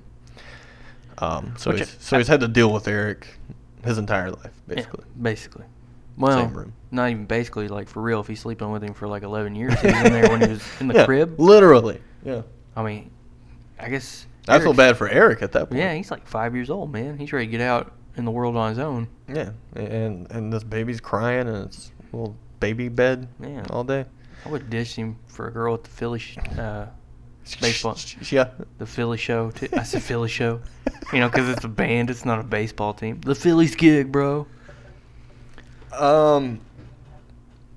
[SPEAKER 2] Um, so
[SPEAKER 1] Which
[SPEAKER 2] he's,
[SPEAKER 1] I-
[SPEAKER 2] so he's had to deal with Eric his entire life,
[SPEAKER 1] Yeah,
[SPEAKER 2] basically.
[SPEAKER 1] basically. Well,
[SPEAKER 2] room.
[SPEAKER 1] not even basically, like for real. If he's sleeping with him for like 11 years, he was in there when he was in the
[SPEAKER 2] Yeah,
[SPEAKER 1] crib.
[SPEAKER 2] Literally. Yeah.
[SPEAKER 1] I mean, I guess.
[SPEAKER 2] I feel
[SPEAKER 1] Eric's-
[SPEAKER 2] bad for Eric at that point.
[SPEAKER 1] Yeah, he's like five years old, man. He's ready to get out in the world on his own.
[SPEAKER 2] Yeah, a- and and this baby's crying and it's little baby bed
[SPEAKER 1] Yeah.
[SPEAKER 2] all day.
[SPEAKER 1] I would dish him for a girl at the Philly, sh- uh, baseball,
[SPEAKER 2] Yeah.
[SPEAKER 1] the Philly show. T- I said Philly show, you know, because it's a band. It's not a baseball team. The Phillies gig, bro.
[SPEAKER 2] Um.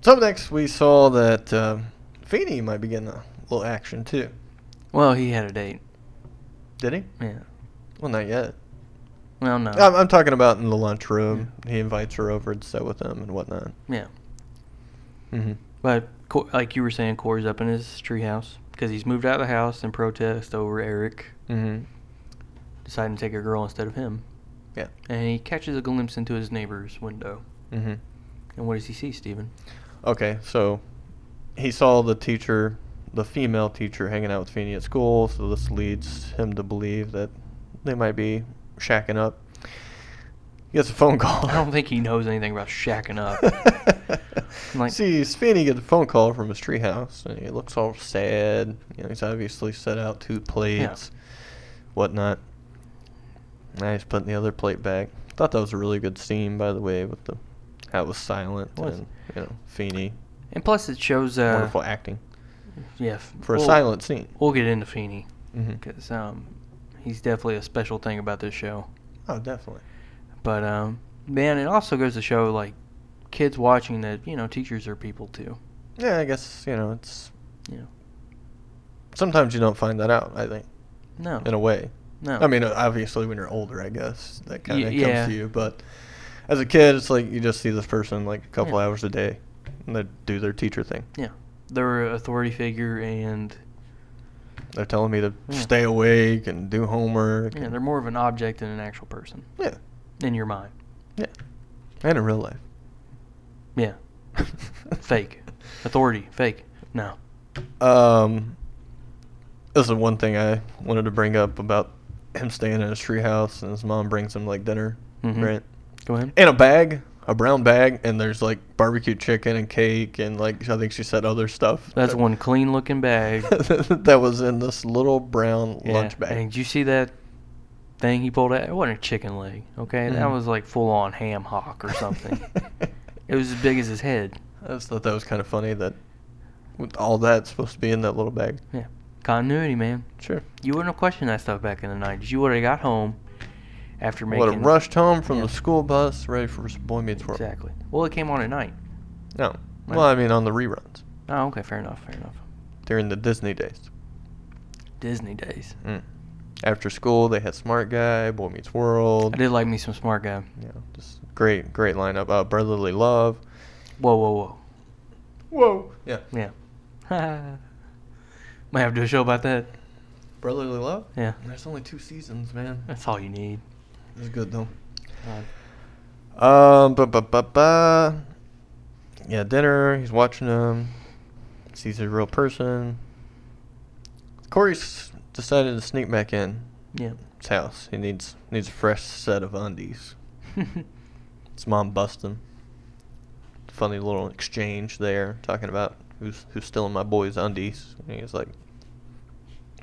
[SPEAKER 2] So next we saw that uh, Feeney might be getting a little action too.
[SPEAKER 1] Well, he had a date.
[SPEAKER 2] Did he?
[SPEAKER 1] Yeah.
[SPEAKER 2] Well, not yet.
[SPEAKER 1] Well, no.
[SPEAKER 2] I'm, I'm talking about in the lunchroom. He invites her over to sit with him and whatnot.
[SPEAKER 1] yeah.
[SPEAKER 2] Mm-hmm.
[SPEAKER 1] But Co- like you were saying, Corey's up in his treehouse because he's moved out of the house in protest over Eric
[SPEAKER 2] Mm-hmm.
[SPEAKER 1] deciding to take a girl instead of him,
[SPEAKER 2] Yeah.
[SPEAKER 1] and he catches a glimpse into his neighbor's window.
[SPEAKER 2] Mm-hmm.
[SPEAKER 1] And what does he see, Steven?
[SPEAKER 2] Okay, so he saw the teacher, the female teacher, hanging out with Feeney at school, so this leads him to believe that they might be shacking up. He gets a phone call.
[SPEAKER 1] I don't think he knows anything about shacking up. Like-
[SPEAKER 2] See, Feeney gets a phone call from his treehouse, and he looks all sad. You know, he's obviously set out two plates, whatnot. Nice, putting the other plate back. Thought that was a really good scene, by the way, with the how it was silent
[SPEAKER 1] was.
[SPEAKER 2] and you know Feeney.
[SPEAKER 1] And plus, it shows. Uh,
[SPEAKER 2] wonderful acting
[SPEAKER 1] Yeah. f-
[SPEAKER 2] for
[SPEAKER 1] we'll-
[SPEAKER 2] a silent scene.
[SPEAKER 1] We'll get into Feeney
[SPEAKER 2] hmm
[SPEAKER 1] because um, he's definitely a special thing about this show.
[SPEAKER 2] Oh, definitely.
[SPEAKER 1] But um, man, it also goes to show like kids watching that you know teachers are people too.
[SPEAKER 2] Yeah, I guess you know it's
[SPEAKER 1] You know.
[SPEAKER 2] sometimes you don't find that out. I think
[SPEAKER 1] No.
[SPEAKER 2] in a way.
[SPEAKER 1] No.
[SPEAKER 2] I mean, obviously when you're older, I guess that kind
[SPEAKER 1] Y-
[SPEAKER 2] of
[SPEAKER 1] yeah.
[SPEAKER 2] comes to you. But as a kid, it's like you just see this person like a couple
[SPEAKER 1] Yeah.
[SPEAKER 2] hours a day, and they do their teacher thing.
[SPEAKER 1] Yeah. They're an authority figure and
[SPEAKER 2] They're telling me to
[SPEAKER 1] Yeah.
[SPEAKER 2] stay awake and do homework.
[SPEAKER 1] yeah,
[SPEAKER 2] and-
[SPEAKER 1] they're more of an object than an actual person
[SPEAKER 2] Yeah,
[SPEAKER 1] in your mind.
[SPEAKER 2] yeah, and in real life.
[SPEAKER 1] Yeah. Fake. Authority. Fake. No.
[SPEAKER 2] Um, this is the one thing I wanted to bring up about him staying in his treehouse, and his mom brings him like dinner,
[SPEAKER 1] Mhm.
[SPEAKER 2] right?
[SPEAKER 1] Go ahead.
[SPEAKER 2] In a bag, a brown bag, and there's like barbecue chicken and cake, and like I think she said other stuff.
[SPEAKER 1] That's
[SPEAKER 2] that-
[SPEAKER 1] one clean looking bag.
[SPEAKER 2] that was in this little brown
[SPEAKER 1] Yeah,
[SPEAKER 2] lunch bag.
[SPEAKER 1] And did you see that thing he pulled out? It wasn't a chicken leg, okay? That
[SPEAKER 2] Mhm.
[SPEAKER 1] was like full on ham hock or something. it was as big as his head.
[SPEAKER 2] I just thought that was kind of funny that with all that's supposed to be in that little bag.
[SPEAKER 1] Yeah. Continuity, man.
[SPEAKER 2] Sure.
[SPEAKER 1] You wouldn't have questioned that stuff back in the 90s. You would have got home after making.
[SPEAKER 2] Would have rushed home from
[SPEAKER 1] Yeah.
[SPEAKER 2] the school bus, ready for s- Boy Meets World.
[SPEAKER 1] Exactly. Well, it came on at night.
[SPEAKER 2] No.
[SPEAKER 1] Right.
[SPEAKER 2] Well, I mean, on the reruns
[SPEAKER 1] Oh, okay. Fair enough. Fair enough.
[SPEAKER 2] during the Disney days.
[SPEAKER 1] Disney days.
[SPEAKER 2] Mm. After school, they had Smart Guy, Boy Meets World.
[SPEAKER 1] I did like me some smart guy.
[SPEAKER 2] You know, just great, great lineup. Uh, Brotherly Love.
[SPEAKER 1] Whoa, whoa, whoa.
[SPEAKER 2] Whoa. Yeah.
[SPEAKER 1] Yeah. Might have to do a show about that.
[SPEAKER 2] Brotherly Love?
[SPEAKER 1] Yeah.
[SPEAKER 2] There's only two seasons, man.
[SPEAKER 1] That's all you need.
[SPEAKER 2] It's good, though.
[SPEAKER 1] God.
[SPEAKER 2] Um, ba ba ba ba. Yeah, dinner. He's watching him. Sees a real person. Corey's decided to sneak back in
[SPEAKER 1] Yeah.
[SPEAKER 2] his house. He needs needs a fresh set of undies. His mom busts him. Funny little exchange there, talking about who's who's stealing my boy's undies. And he's like,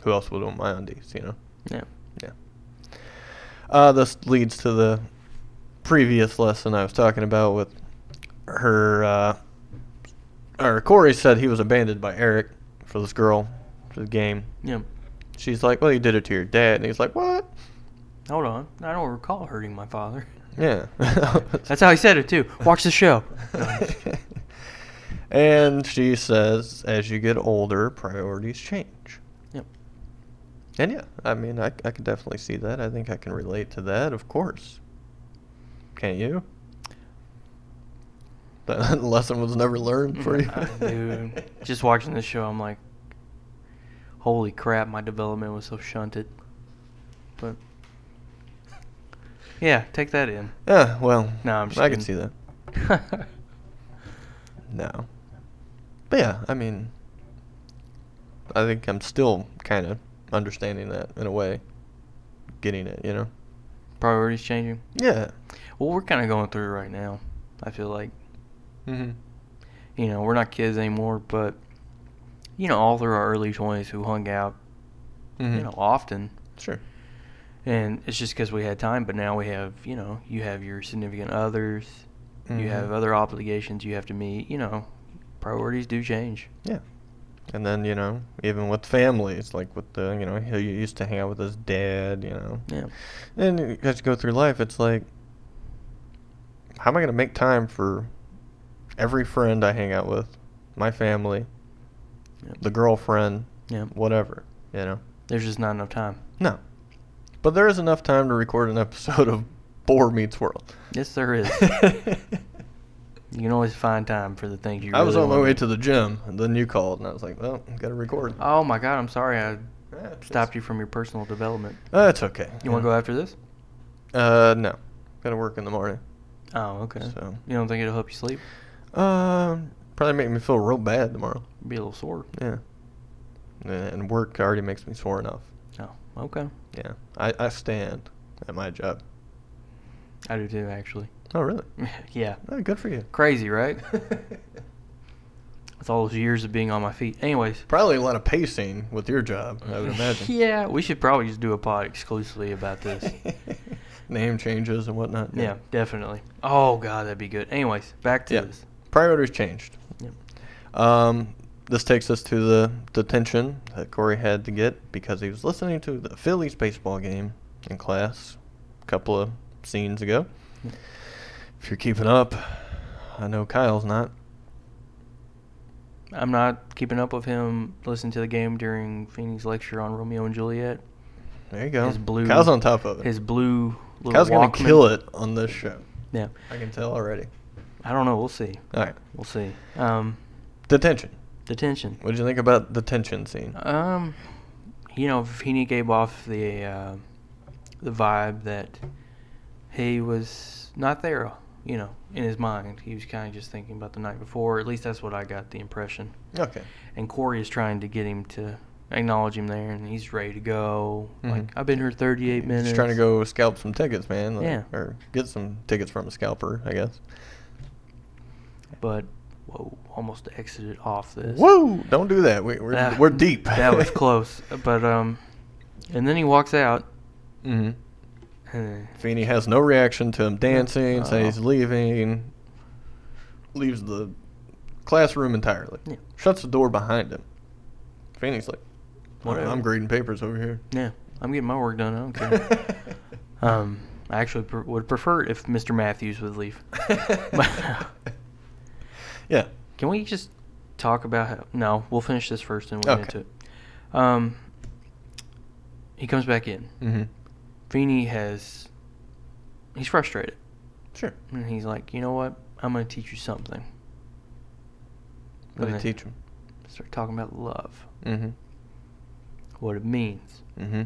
[SPEAKER 2] "Who else would want my undies?" You know.
[SPEAKER 1] yeah.
[SPEAKER 2] Yeah. Uh, this leads to the previous lesson I was talking about with her. Uh, or Corey said he was abandoned by Eric for this girl for the game.
[SPEAKER 1] Yeah.
[SPEAKER 2] She's like, "Well, you did it to your dad," and he's like, "What?"
[SPEAKER 1] Hold on. I don't recall hurting my father.
[SPEAKER 2] Yeah.
[SPEAKER 1] That's how he said it, too. Watch the show.
[SPEAKER 2] and she says, "As you get older, priorities change."
[SPEAKER 1] Yep.
[SPEAKER 2] And yeah, I mean, I, I could definitely see that. I think I can relate to that, of course. Can't you? That lesson was never learned for you.
[SPEAKER 1] Uh, Dude, just watching this show, I'm like, holy crap, my development was so shunted. But yeah, take that in.
[SPEAKER 2] Yeah, well,
[SPEAKER 1] No, I'm just
[SPEAKER 2] I can see
[SPEAKER 1] kidding.
[SPEAKER 2] that. No. But yeah, I mean, I think I'm still kind of understanding that in a way, getting it, you know?
[SPEAKER 1] Priorities changing.
[SPEAKER 2] Yeah.
[SPEAKER 1] Well, we're kind of going through it right now. I feel like
[SPEAKER 2] Mm-hmm.
[SPEAKER 1] you know we're not kids anymore, but you know all through our early 20s who hung out,
[SPEAKER 2] Mm-hmm.
[SPEAKER 1] you know, often.
[SPEAKER 2] Sure.
[SPEAKER 1] And it's just because we had time, but now we have, you know, you have your significant others, you
[SPEAKER 2] Mhm.
[SPEAKER 1] have other obligations you have to meet, you know, priorities do change.
[SPEAKER 2] Yeah. And then, you know, even with families, like with the, you know, he used to hang out with his dad, you know.
[SPEAKER 1] Yeah.
[SPEAKER 2] And you- as you go through life, it's like, how am I going to make time for every friend I hang out with, my family,
[SPEAKER 1] Yep.
[SPEAKER 2] the girlfriend,
[SPEAKER 1] Yep.
[SPEAKER 2] whatever, you know?
[SPEAKER 1] There's just not enough time.
[SPEAKER 2] No. But there is enough time to record an episode of Boar Meets World.
[SPEAKER 1] Yes, there is. you can always find time for the things you
[SPEAKER 2] I was
[SPEAKER 1] really
[SPEAKER 2] on my
[SPEAKER 1] wanna
[SPEAKER 2] way
[SPEAKER 1] do.
[SPEAKER 2] to the gym, and then you called, and I was like, well, got to record.
[SPEAKER 1] Oh, my God. I'm sorry. I
[SPEAKER 2] Yeah, it's-
[SPEAKER 1] stopped you from your personal development.
[SPEAKER 2] That's okay.
[SPEAKER 1] You want to go after this?
[SPEAKER 2] go out? Uh, no. Got to work in the morning.
[SPEAKER 1] Oh, okay.
[SPEAKER 2] So-
[SPEAKER 1] You don't think it'll help you sleep?
[SPEAKER 2] Um, probably make me feel real bad tomorrow.
[SPEAKER 1] Be a little sore.
[SPEAKER 2] Yeah. And work already makes me sore enough.
[SPEAKER 1] Oh, okay.
[SPEAKER 2] Yeah. I, I stand at my job.
[SPEAKER 1] I do too, actually.
[SPEAKER 2] Oh, really?
[SPEAKER 1] yeah.
[SPEAKER 2] Oh, good for you.
[SPEAKER 1] Crazy, right? With all those years of being on my feet. Anyways.
[SPEAKER 2] Probably a lot of pacing with your job, I would imagine.
[SPEAKER 1] yeah, we should probably just do a pod exclusively about this.
[SPEAKER 2] name changes and whatnot.
[SPEAKER 1] Yeah, definitely. Oh god, that'd be good. Anyways, back to
[SPEAKER 2] Yeah.
[SPEAKER 1] this.
[SPEAKER 2] Priorities changed.
[SPEAKER 1] Yep.
[SPEAKER 2] Um, this takes us to the detention that Corey had to get because he was listening to the Phillies baseball game in class a couple of scenes ago. If you're keeping up, I know Kyle's not.
[SPEAKER 1] I'm not keeping up with him listening to the game during Feeney's lecture on Romeo and Juliet.
[SPEAKER 2] There you go.
[SPEAKER 1] His blue-
[SPEAKER 2] Kyle's on top of it.
[SPEAKER 1] His blue little
[SPEAKER 2] Kyle's gonna
[SPEAKER 1] Walkman.
[SPEAKER 2] kill it on this show.
[SPEAKER 1] Yeah.
[SPEAKER 2] I can tell already.
[SPEAKER 1] I don't know, we'll see.
[SPEAKER 2] All right.
[SPEAKER 1] We'll see. Um
[SPEAKER 2] Detention.
[SPEAKER 1] detention.
[SPEAKER 2] What did you think about the tension scene?
[SPEAKER 1] Um you know, Feeney gave off the uh, the vibe that he was not there, you know, in his mind. He was kind of just thinking about the night before. At least that's what I got the impression.
[SPEAKER 2] okay.
[SPEAKER 1] and Corey is trying to get him to acknowledge him there, and he's ready to go. Like
[SPEAKER 2] Mhm.
[SPEAKER 1] I've been here 38 minutes.
[SPEAKER 2] Just trying to go scalp some tickets, man. like-
[SPEAKER 1] Yeah.
[SPEAKER 2] Or get some tickets from a scalper, I guess.
[SPEAKER 1] but whoa, almost exited off this.
[SPEAKER 2] Whoa! Don't do that. We, we're,
[SPEAKER 1] Ah,
[SPEAKER 2] we're deep.
[SPEAKER 1] that was close, but um, and then he walks out. Mm-hmm.
[SPEAKER 2] hmm
[SPEAKER 1] And
[SPEAKER 2] Feeney has no reaction to him dancing, says he's
[SPEAKER 1] Oh.
[SPEAKER 2] leaving, leaves the classroom entirely,
[SPEAKER 1] Yeah.
[SPEAKER 2] shuts the door behind him. Feeney's like,
[SPEAKER 1] Whatever.
[SPEAKER 2] I'm grading papers over here.
[SPEAKER 1] yeah, I'm getting my work done. I don't care. um, I actually pr- would prefer it if Mr. Matthews would leave.
[SPEAKER 2] yeah.
[SPEAKER 1] Can we just talk about how? No, we'll finish this first, and we'll get
[SPEAKER 2] Okay.
[SPEAKER 1] into it. Um, he comes back in.
[SPEAKER 2] hmm
[SPEAKER 1] Feeney has he's frustrated.
[SPEAKER 2] Sure.
[SPEAKER 1] And he's like, you know what? I'm gonna teach you something.
[SPEAKER 2] What do
[SPEAKER 1] And
[SPEAKER 2] you
[SPEAKER 1] they
[SPEAKER 2] teach him?
[SPEAKER 1] Start talking about love.
[SPEAKER 2] Mm-hmm.
[SPEAKER 1] What it means.
[SPEAKER 2] Mm-hmm.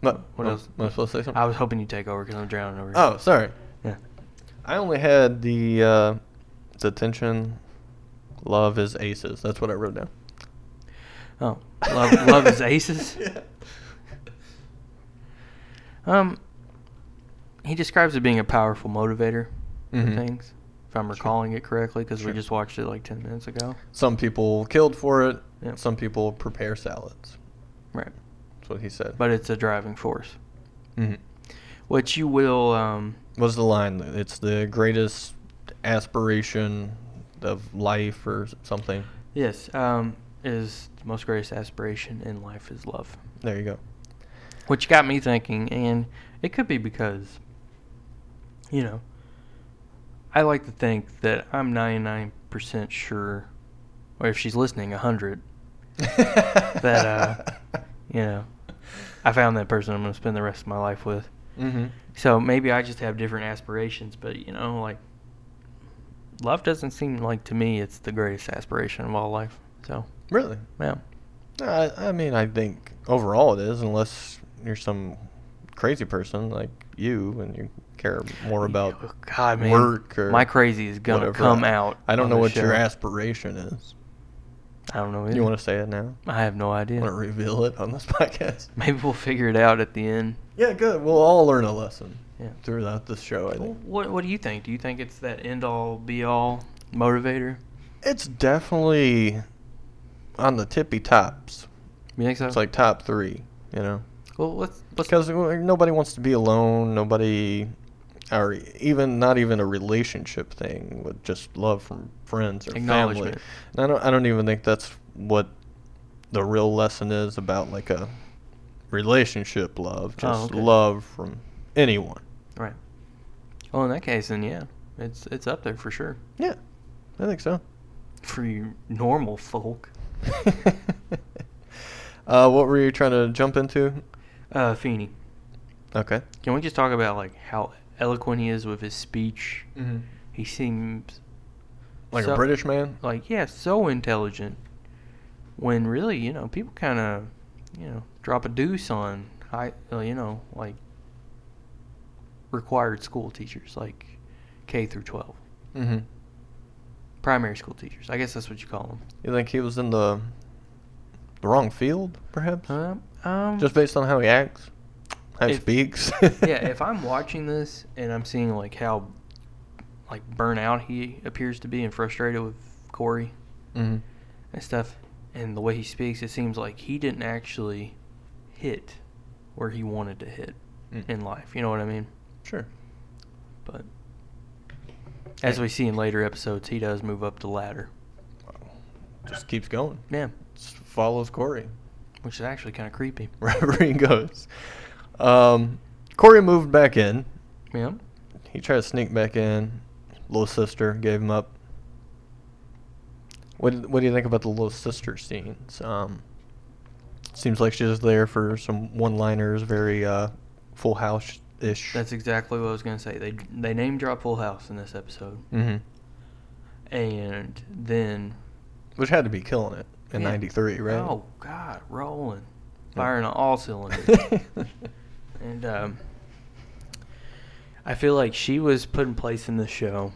[SPEAKER 2] What, Oh,
[SPEAKER 1] What else?
[SPEAKER 2] Am I supposed to say something?
[SPEAKER 1] I was hoping you'd take over because I'm drowning over
[SPEAKER 2] Oh, sorry.
[SPEAKER 1] here.
[SPEAKER 2] I only had the uh, detention. Love is aces. That's what I wrote down.
[SPEAKER 1] Yeah. Oh, love, love is aces.
[SPEAKER 2] yeah.
[SPEAKER 1] Um, he describes it being a powerful motivator for
[SPEAKER 2] Mhm.
[SPEAKER 1] things, if I'm
[SPEAKER 2] Sure.
[SPEAKER 1] recalling it correctly, because
[SPEAKER 2] Sure.
[SPEAKER 1] we just watched it like ten minutes ago.
[SPEAKER 2] Some people killed for it.
[SPEAKER 1] Yep.
[SPEAKER 2] Some people prepare salads.
[SPEAKER 1] Right.
[SPEAKER 2] That's what he said.
[SPEAKER 1] But it's a driving force,
[SPEAKER 2] Mhm.
[SPEAKER 1] which you will. Um,
[SPEAKER 2] what's the line? It's the greatest aspiration of life or s- something.
[SPEAKER 1] yes. Um, is the most greatest aspiration in life is love.
[SPEAKER 2] There you go.
[SPEAKER 1] which got me thinking and it could be because you know i like to think that i'm 99% sure or if she's listening 100
[SPEAKER 2] that
[SPEAKER 1] uh, you know i found that person i'm going to spend the rest of my life with
[SPEAKER 2] hmm
[SPEAKER 1] so maybe i just have different aspirations but you know like love doesn't seem like to me it's the greatest aspiration of all life so
[SPEAKER 2] Really?
[SPEAKER 1] yeah
[SPEAKER 2] No, I, I mean, I think overall it is, unless you're some crazy person like you and you care more about
[SPEAKER 1] Oh, God, man.
[SPEAKER 2] work or
[SPEAKER 1] my crazy is gonna
[SPEAKER 2] whatever.
[SPEAKER 1] come
[SPEAKER 2] I-
[SPEAKER 1] out
[SPEAKER 2] I don't
[SPEAKER 1] on
[SPEAKER 2] know
[SPEAKER 1] the
[SPEAKER 2] what your
[SPEAKER 1] show.
[SPEAKER 2] aspiration is.
[SPEAKER 1] i don't know
[SPEAKER 2] You want to say it now?
[SPEAKER 1] i have no idea
[SPEAKER 2] Want to reveal it on this podcast?
[SPEAKER 1] Maybe we'll figure it out at the end.
[SPEAKER 2] Yeah, good. We'll all learn a lesson
[SPEAKER 1] Yeah.
[SPEAKER 2] throughout this show. I think
[SPEAKER 1] What What do you think? Do you think it's that end all be all motivator?
[SPEAKER 2] it's definitely on the tippy tops.
[SPEAKER 1] You think so?
[SPEAKER 2] It's like top three, you know.
[SPEAKER 1] well, let's let's
[SPEAKER 2] because nobody wants to be alone nobody or even not even a relationship thing with just love from friends or family
[SPEAKER 1] Acknowledgement.
[SPEAKER 2] and i don't i don't even think that's what the real lesson is about like a relationship love
[SPEAKER 1] Oh,
[SPEAKER 2] just
[SPEAKER 1] okay.
[SPEAKER 2] love from anyone
[SPEAKER 1] right. Well, in that case, then yeah, it's it's up there for sure
[SPEAKER 2] yeah i think so
[SPEAKER 1] for you normal folk.
[SPEAKER 2] uh, what were you trying to jump into
[SPEAKER 1] Uh, Feeney,
[SPEAKER 2] okay
[SPEAKER 1] can we just talk about like how eloquent he is with his speech?
[SPEAKER 2] mm-hmm.
[SPEAKER 1] He seems
[SPEAKER 2] like
[SPEAKER 1] so-
[SPEAKER 2] a british man
[SPEAKER 1] like yeah, so intelligent. When really, you know, people kind of, you know, drop a deuce on high, uh, you know, like required school teachers, like K through 12,
[SPEAKER 2] mm-hmm.
[SPEAKER 1] primary school teachers. I guess that's what you call
[SPEAKER 2] you think he was in the the wrong field perhaps
[SPEAKER 1] them. Um, um,
[SPEAKER 2] Just based on how he acts, how he
[SPEAKER 1] If-
[SPEAKER 2] speaks.
[SPEAKER 1] yeah. If I'm watching this and I'm seeing like how, like burnout he appears to be and frustrated with Corey
[SPEAKER 2] hmm
[SPEAKER 1] and stuff, and the way he speaks, it seems like he didn't actually hit where he wanted to hit.
[SPEAKER 2] Mm.
[SPEAKER 1] in life. You know what I mean?
[SPEAKER 2] Sure.
[SPEAKER 1] But as we see in later episodes, he does move up the ladder.
[SPEAKER 2] Just keeps going.
[SPEAKER 1] Yeah,
[SPEAKER 2] Just follows Corey
[SPEAKER 1] which is actually kind of creepy.
[SPEAKER 2] wherever he goes. Um, Corey moved back in.
[SPEAKER 1] Yeah.
[SPEAKER 2] He tried to sneak back in. Little sister gave him up. What What do you think about the little sister scenes? Um, seems like she's just there for some one-liners, very uh, Full House-ish.
[SPEAKER 1] That's exactly what I was gonna say. They they name drop Full House in this episode,
[SPEAKER 2] hmm
[SPEAKER 1] and then
[SPEAKER 2] Which had to be killing it in
[SPEAKER 1] Yeah.
[SPEAKER 2] '93, right?
[SPEAKER 1] Oh God, rolling,
[SPEAKER 2] Yeah.
[SPEAKER 1] firing on all cylinders, and um, I feel like she was put in place in this show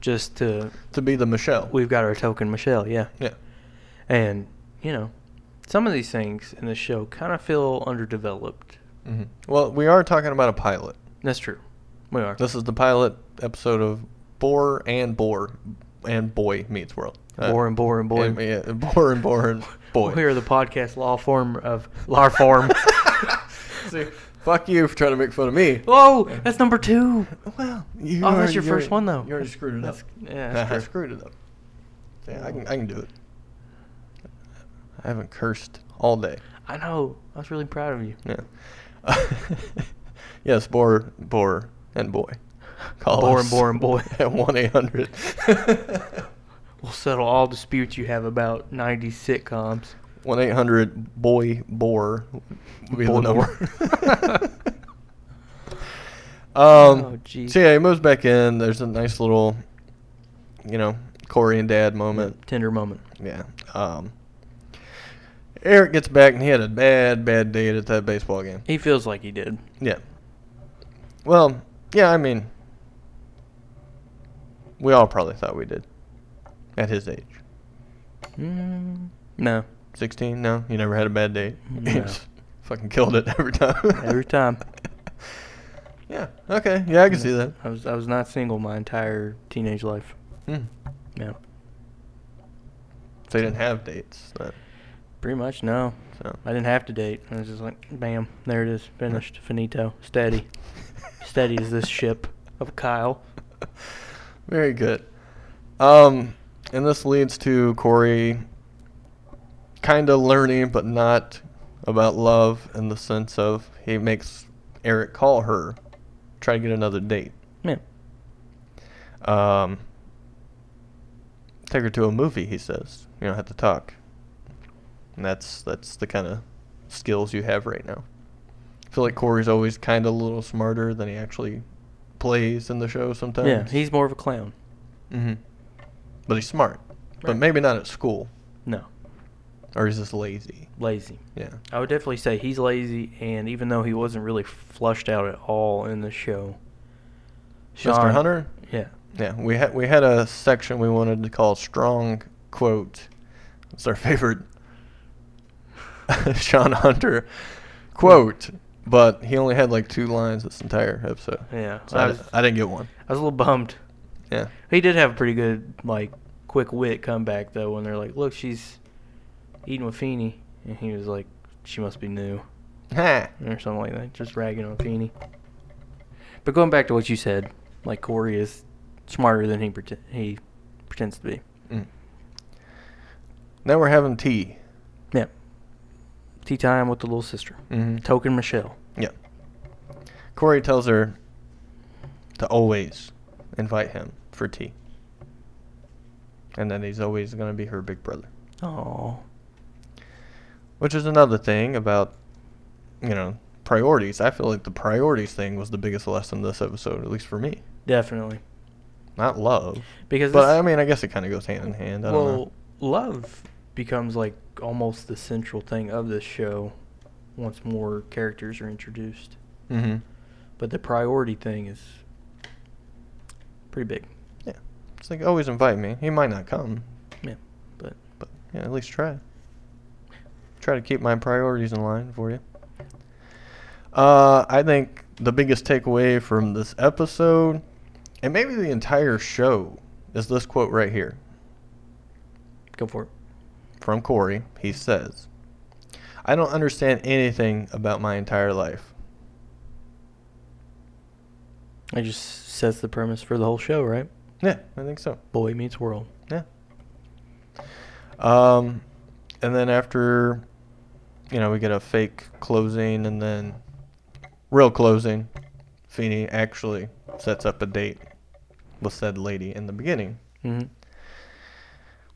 [SPEAKER 1] just to
[SPEAKER 2] to be the Michelle.
[SPEAKER 1] we've got our token Michelle, yeah,
[SPEAKER 2] yeah.
[SPEAKER 1] and you know some of these things in this show kind of feel underdeveloped.
[SPEAKER 2] hmm Well, we are talking about a pilot.
[SPEAKER 1] That's true, we are.
[SPEAKER 2] This is the pilot episode of Boar and Boar and Boy Meets World. Uh,
[SPEAKER 1] Boar and Boar and Boy.
[SPEAKER 2] And, yeah, Boar and Boar and Boy.
[SPEAKER 1] We are the podcast law form of law form.
[SPEAKER 2] See, fuck you for trying to make fun of me.
[SPEAKER 1] Whoa, that's number two.
[SPEAKER 2] Well, you
[SPEAKER 1] oh,
[SPEAKER 2] already-
[SPEAKER 1] that's your
[SPEAKER 2] you
[SPEAKER 1] first
[SPEAKER 2] already-
[SPEAKER 1] one though.
[SPEAKER 2] You already screwed it
[SPEAKER 1] That's-
[SPEAKER 2] up.
[SPEAKER 1] Yeah,
[SPEAKER 2] I
[SPEAKER 1] that's true.
[SPEAKER 2] screwed it up. Yeah, I can, I can do it. I haven't cursed all day.
[SPEAKER 1] I know. I was really proud of you.
[SPEAKER 2] Yeah. yes, Boar, Boar, and Boy. Call
[SPEAKER 1] Boar
[SPEAKER 2] us
[SPEAKER 1] and Boar and Boy.
[SPEAKER 2] at 1 800.
[SPEAKER 1] We'll settle all disputes you have about 90 sitcoms.
[SPEAKER 2] 1 800 Boy Boar would be
[SPEAKER 1] Boy,
[SPEAKER 2] the number. um,
[SPEAKER 1] Oh, geez.
[SPEAKER 2] so, yeah, he moves back in. There's a nice little, you know, Corey and Dad moment.
[SPEAKER 1] Tender moment.
[SPEAKER 2] Yeah. Um, Eric gets back and he had a bad, bad day at that baseball game.
[SPEAKER 1] He feels like he did.
[SPEAKER 2] Yeah. Well, yeah, I mean, we all probably thought we did at his age.
[SPEAKER 1] Mm, no.
[SPEAKER 2] 16? No, you never had a bad day.
[SPEAKER 1] No.
[SPEAKER 2] You just fucking killed it every time.
[SPEAKER 1] Every time.
[SPEAKER 2] yeah. Okay. Yeah, I can see that.
[SPEAKER 1] I was I was not single my entire teenage life.
[SPEAKER 2] Hmm.
[SPEAKER 1] No.
[SPEAKER 2] So you didn't have dates. Then.
[SPEAKER 1] Pretty much no.
[SPEAKER 2] So.
[SPEAKER 1] I didn't have to date. I was just like, bam, there it is, finished, finito, steady, steady as this ship of Kyle.
[SPEAKER 2] Very good. Um, and this leads to Corey kind of learning, but not about love in the sense of he makes Eric call her, try to get another date.
[SPEAKER 1] Yeah.
[SPEAKER 2] Um, take her to a movie, he says. You don't have to talk. And that's that's the kind of skills you have right now. I feel like Corey's always kind of a little smarter than he actually plays in the show sometimes.
[SPEAKER 1] Yeah, he's more of a clown.
[SPEAKER 2] hmm But he's smart. But
[SPEAKER 1] Right.
[SPEAKER 2] maybe not at school.
[SPEAKER 1] No,
[SPEAKER 2] Or he's just lazy.
[SPEAKER 1] lazy.
[SPEAKER 2] Yeah.
[SPEAKER 1] I would definitely say he's lazy, and even though he wasn't really flushed out at all in the show,
[SPEAKER 2] Mr. Hunter?
[SPEAKER 1] Yeah,
[SPEAKER 2] Yeah. We had we had a section we wanted to call strong quote. It's our favorite Sean Hunter quote. But he only had like two lines this entire episode.
[SPEAKER 1] Yeah,
[SPEAKER 2] So
[SPEAKER 1] I
[SPEAKER 2] I,
[SPEAKER 1] was-
[SPEAKER 2] di- I didn't get one.
[SPEAKER 1] I was a little bummed.
[SPEAKER 2] Yeah.
[SPEAKER 1] He did have a pretty good like quick wit comeback though when they're like, "Look, she's eating with Feeny," and he was like, "She must be new."
[SPEAKER 2] Ha.
[SPEAKER 1] or something like that, just ragging on Feeney. But going back to what you said, like Corey is smarter than he pretend, he pretends to be.
[SPEAKER 2] Mm. Now we're having tea.
[SPEAKER 1] Yeah. Tea time with the little sister,
[SPEAKER 2] Mhm.
[SPEAKER 1] token Michelle.
[SPEAKER 2] Yeah. Corey tells her to always invite him for tea. And then he's always going to be her big brother.
[SPEAKER 1] Oh,
[SPEAKER 2] Which is another thing about, you know, priorities. I feel like the priorities thing was the biggest lesson this episode, at least for me.
[SPEAKER 1] definitely.
[SPEAKER 2] Not love.
[SPEAKER 1] Because
[SPEAKER 2] But
[SPEAKER 1] this-
[SPEAKER 2] I mean, I guess it kind of goes hand in hand. I don't know.
[SPEAKER 1] well, love becomes like almost the central thing of this show once more characters are introduced.
[SPEAKER 2] Mm-hmm.
[SPEAKER 1] But the priority thing is pretty big.
[SPEAKER 2] Yeah. It's like, always invite me. He might not come,
[SPEAKER 1] Yeah, but
[SPEAKER 2] but yeah, at least try. Try to keep my priorities in line for you. Uh, I think the biggest takeaway from this episode, and maybe the entire show, is this quote right here
[SPEAKER 1] go for it.
[SPEAKER 2] from Corey. He says, I don't understand anything about my entire life.
[SPEAKER 1] It just sets the premise for the whole show, right?
[SPEAKER 2] Yeah, I think so.
[SPEAKER 1] Boy meets world.
[SPEAKER 2] Yeah. Um, and then after, you know, we get a fake closing and then real closing. Feeney actually sets up a date with said lady in the beginning.
[SPEAKER 1] Mm-hmm.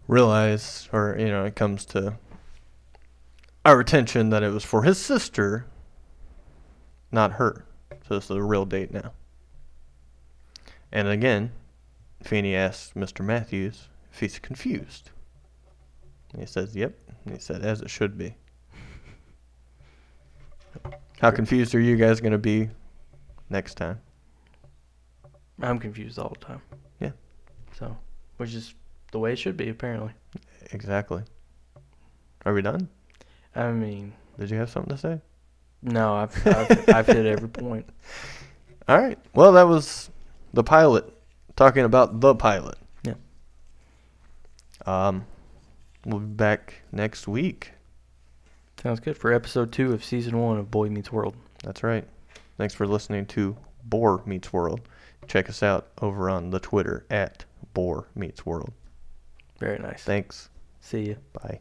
[SPEAKER 2] Realize, or you know, it comes to our attention that it was for his sister, not her. So this is a real date now. And again, Feeney asks Mr. Matthews if he's confused. And he says, Yep. And he said, As it should be. How confused are you guys going to be next time?
[SPEAKER 1] I'm confused all the time.
[SPEAKER 2] Yeah.
[SPEAKER 1] So, which is the way it should be, apparently.
[SPEAKER 2] Exactly. Are we done?
[SPEAKER 1] I mean,
[SPEAKER 2] Did you have something to say?
[SPEAKER 1] no, I've, I've, I've hit every point.
[SPEAKER 2] All right. Well, that was the pilot talking about the pilot.
[SPEAKER 1] Yeah.
[SPEAKER 2] Um, we'll be back next week.
[SPEAKER 1] Sounds good for episode two of season one of Boy Meets World.
[SPEAKER 2] That's right. Thanks for listening to Boar Meets World. Check us out over on the Twitter at Boar Meets World.
[SPEAKER 1] Very nice.
[SPEAKER 2] Thanks.
[SPEAKER 1] See ya.
[SPEAKER 2] Bye.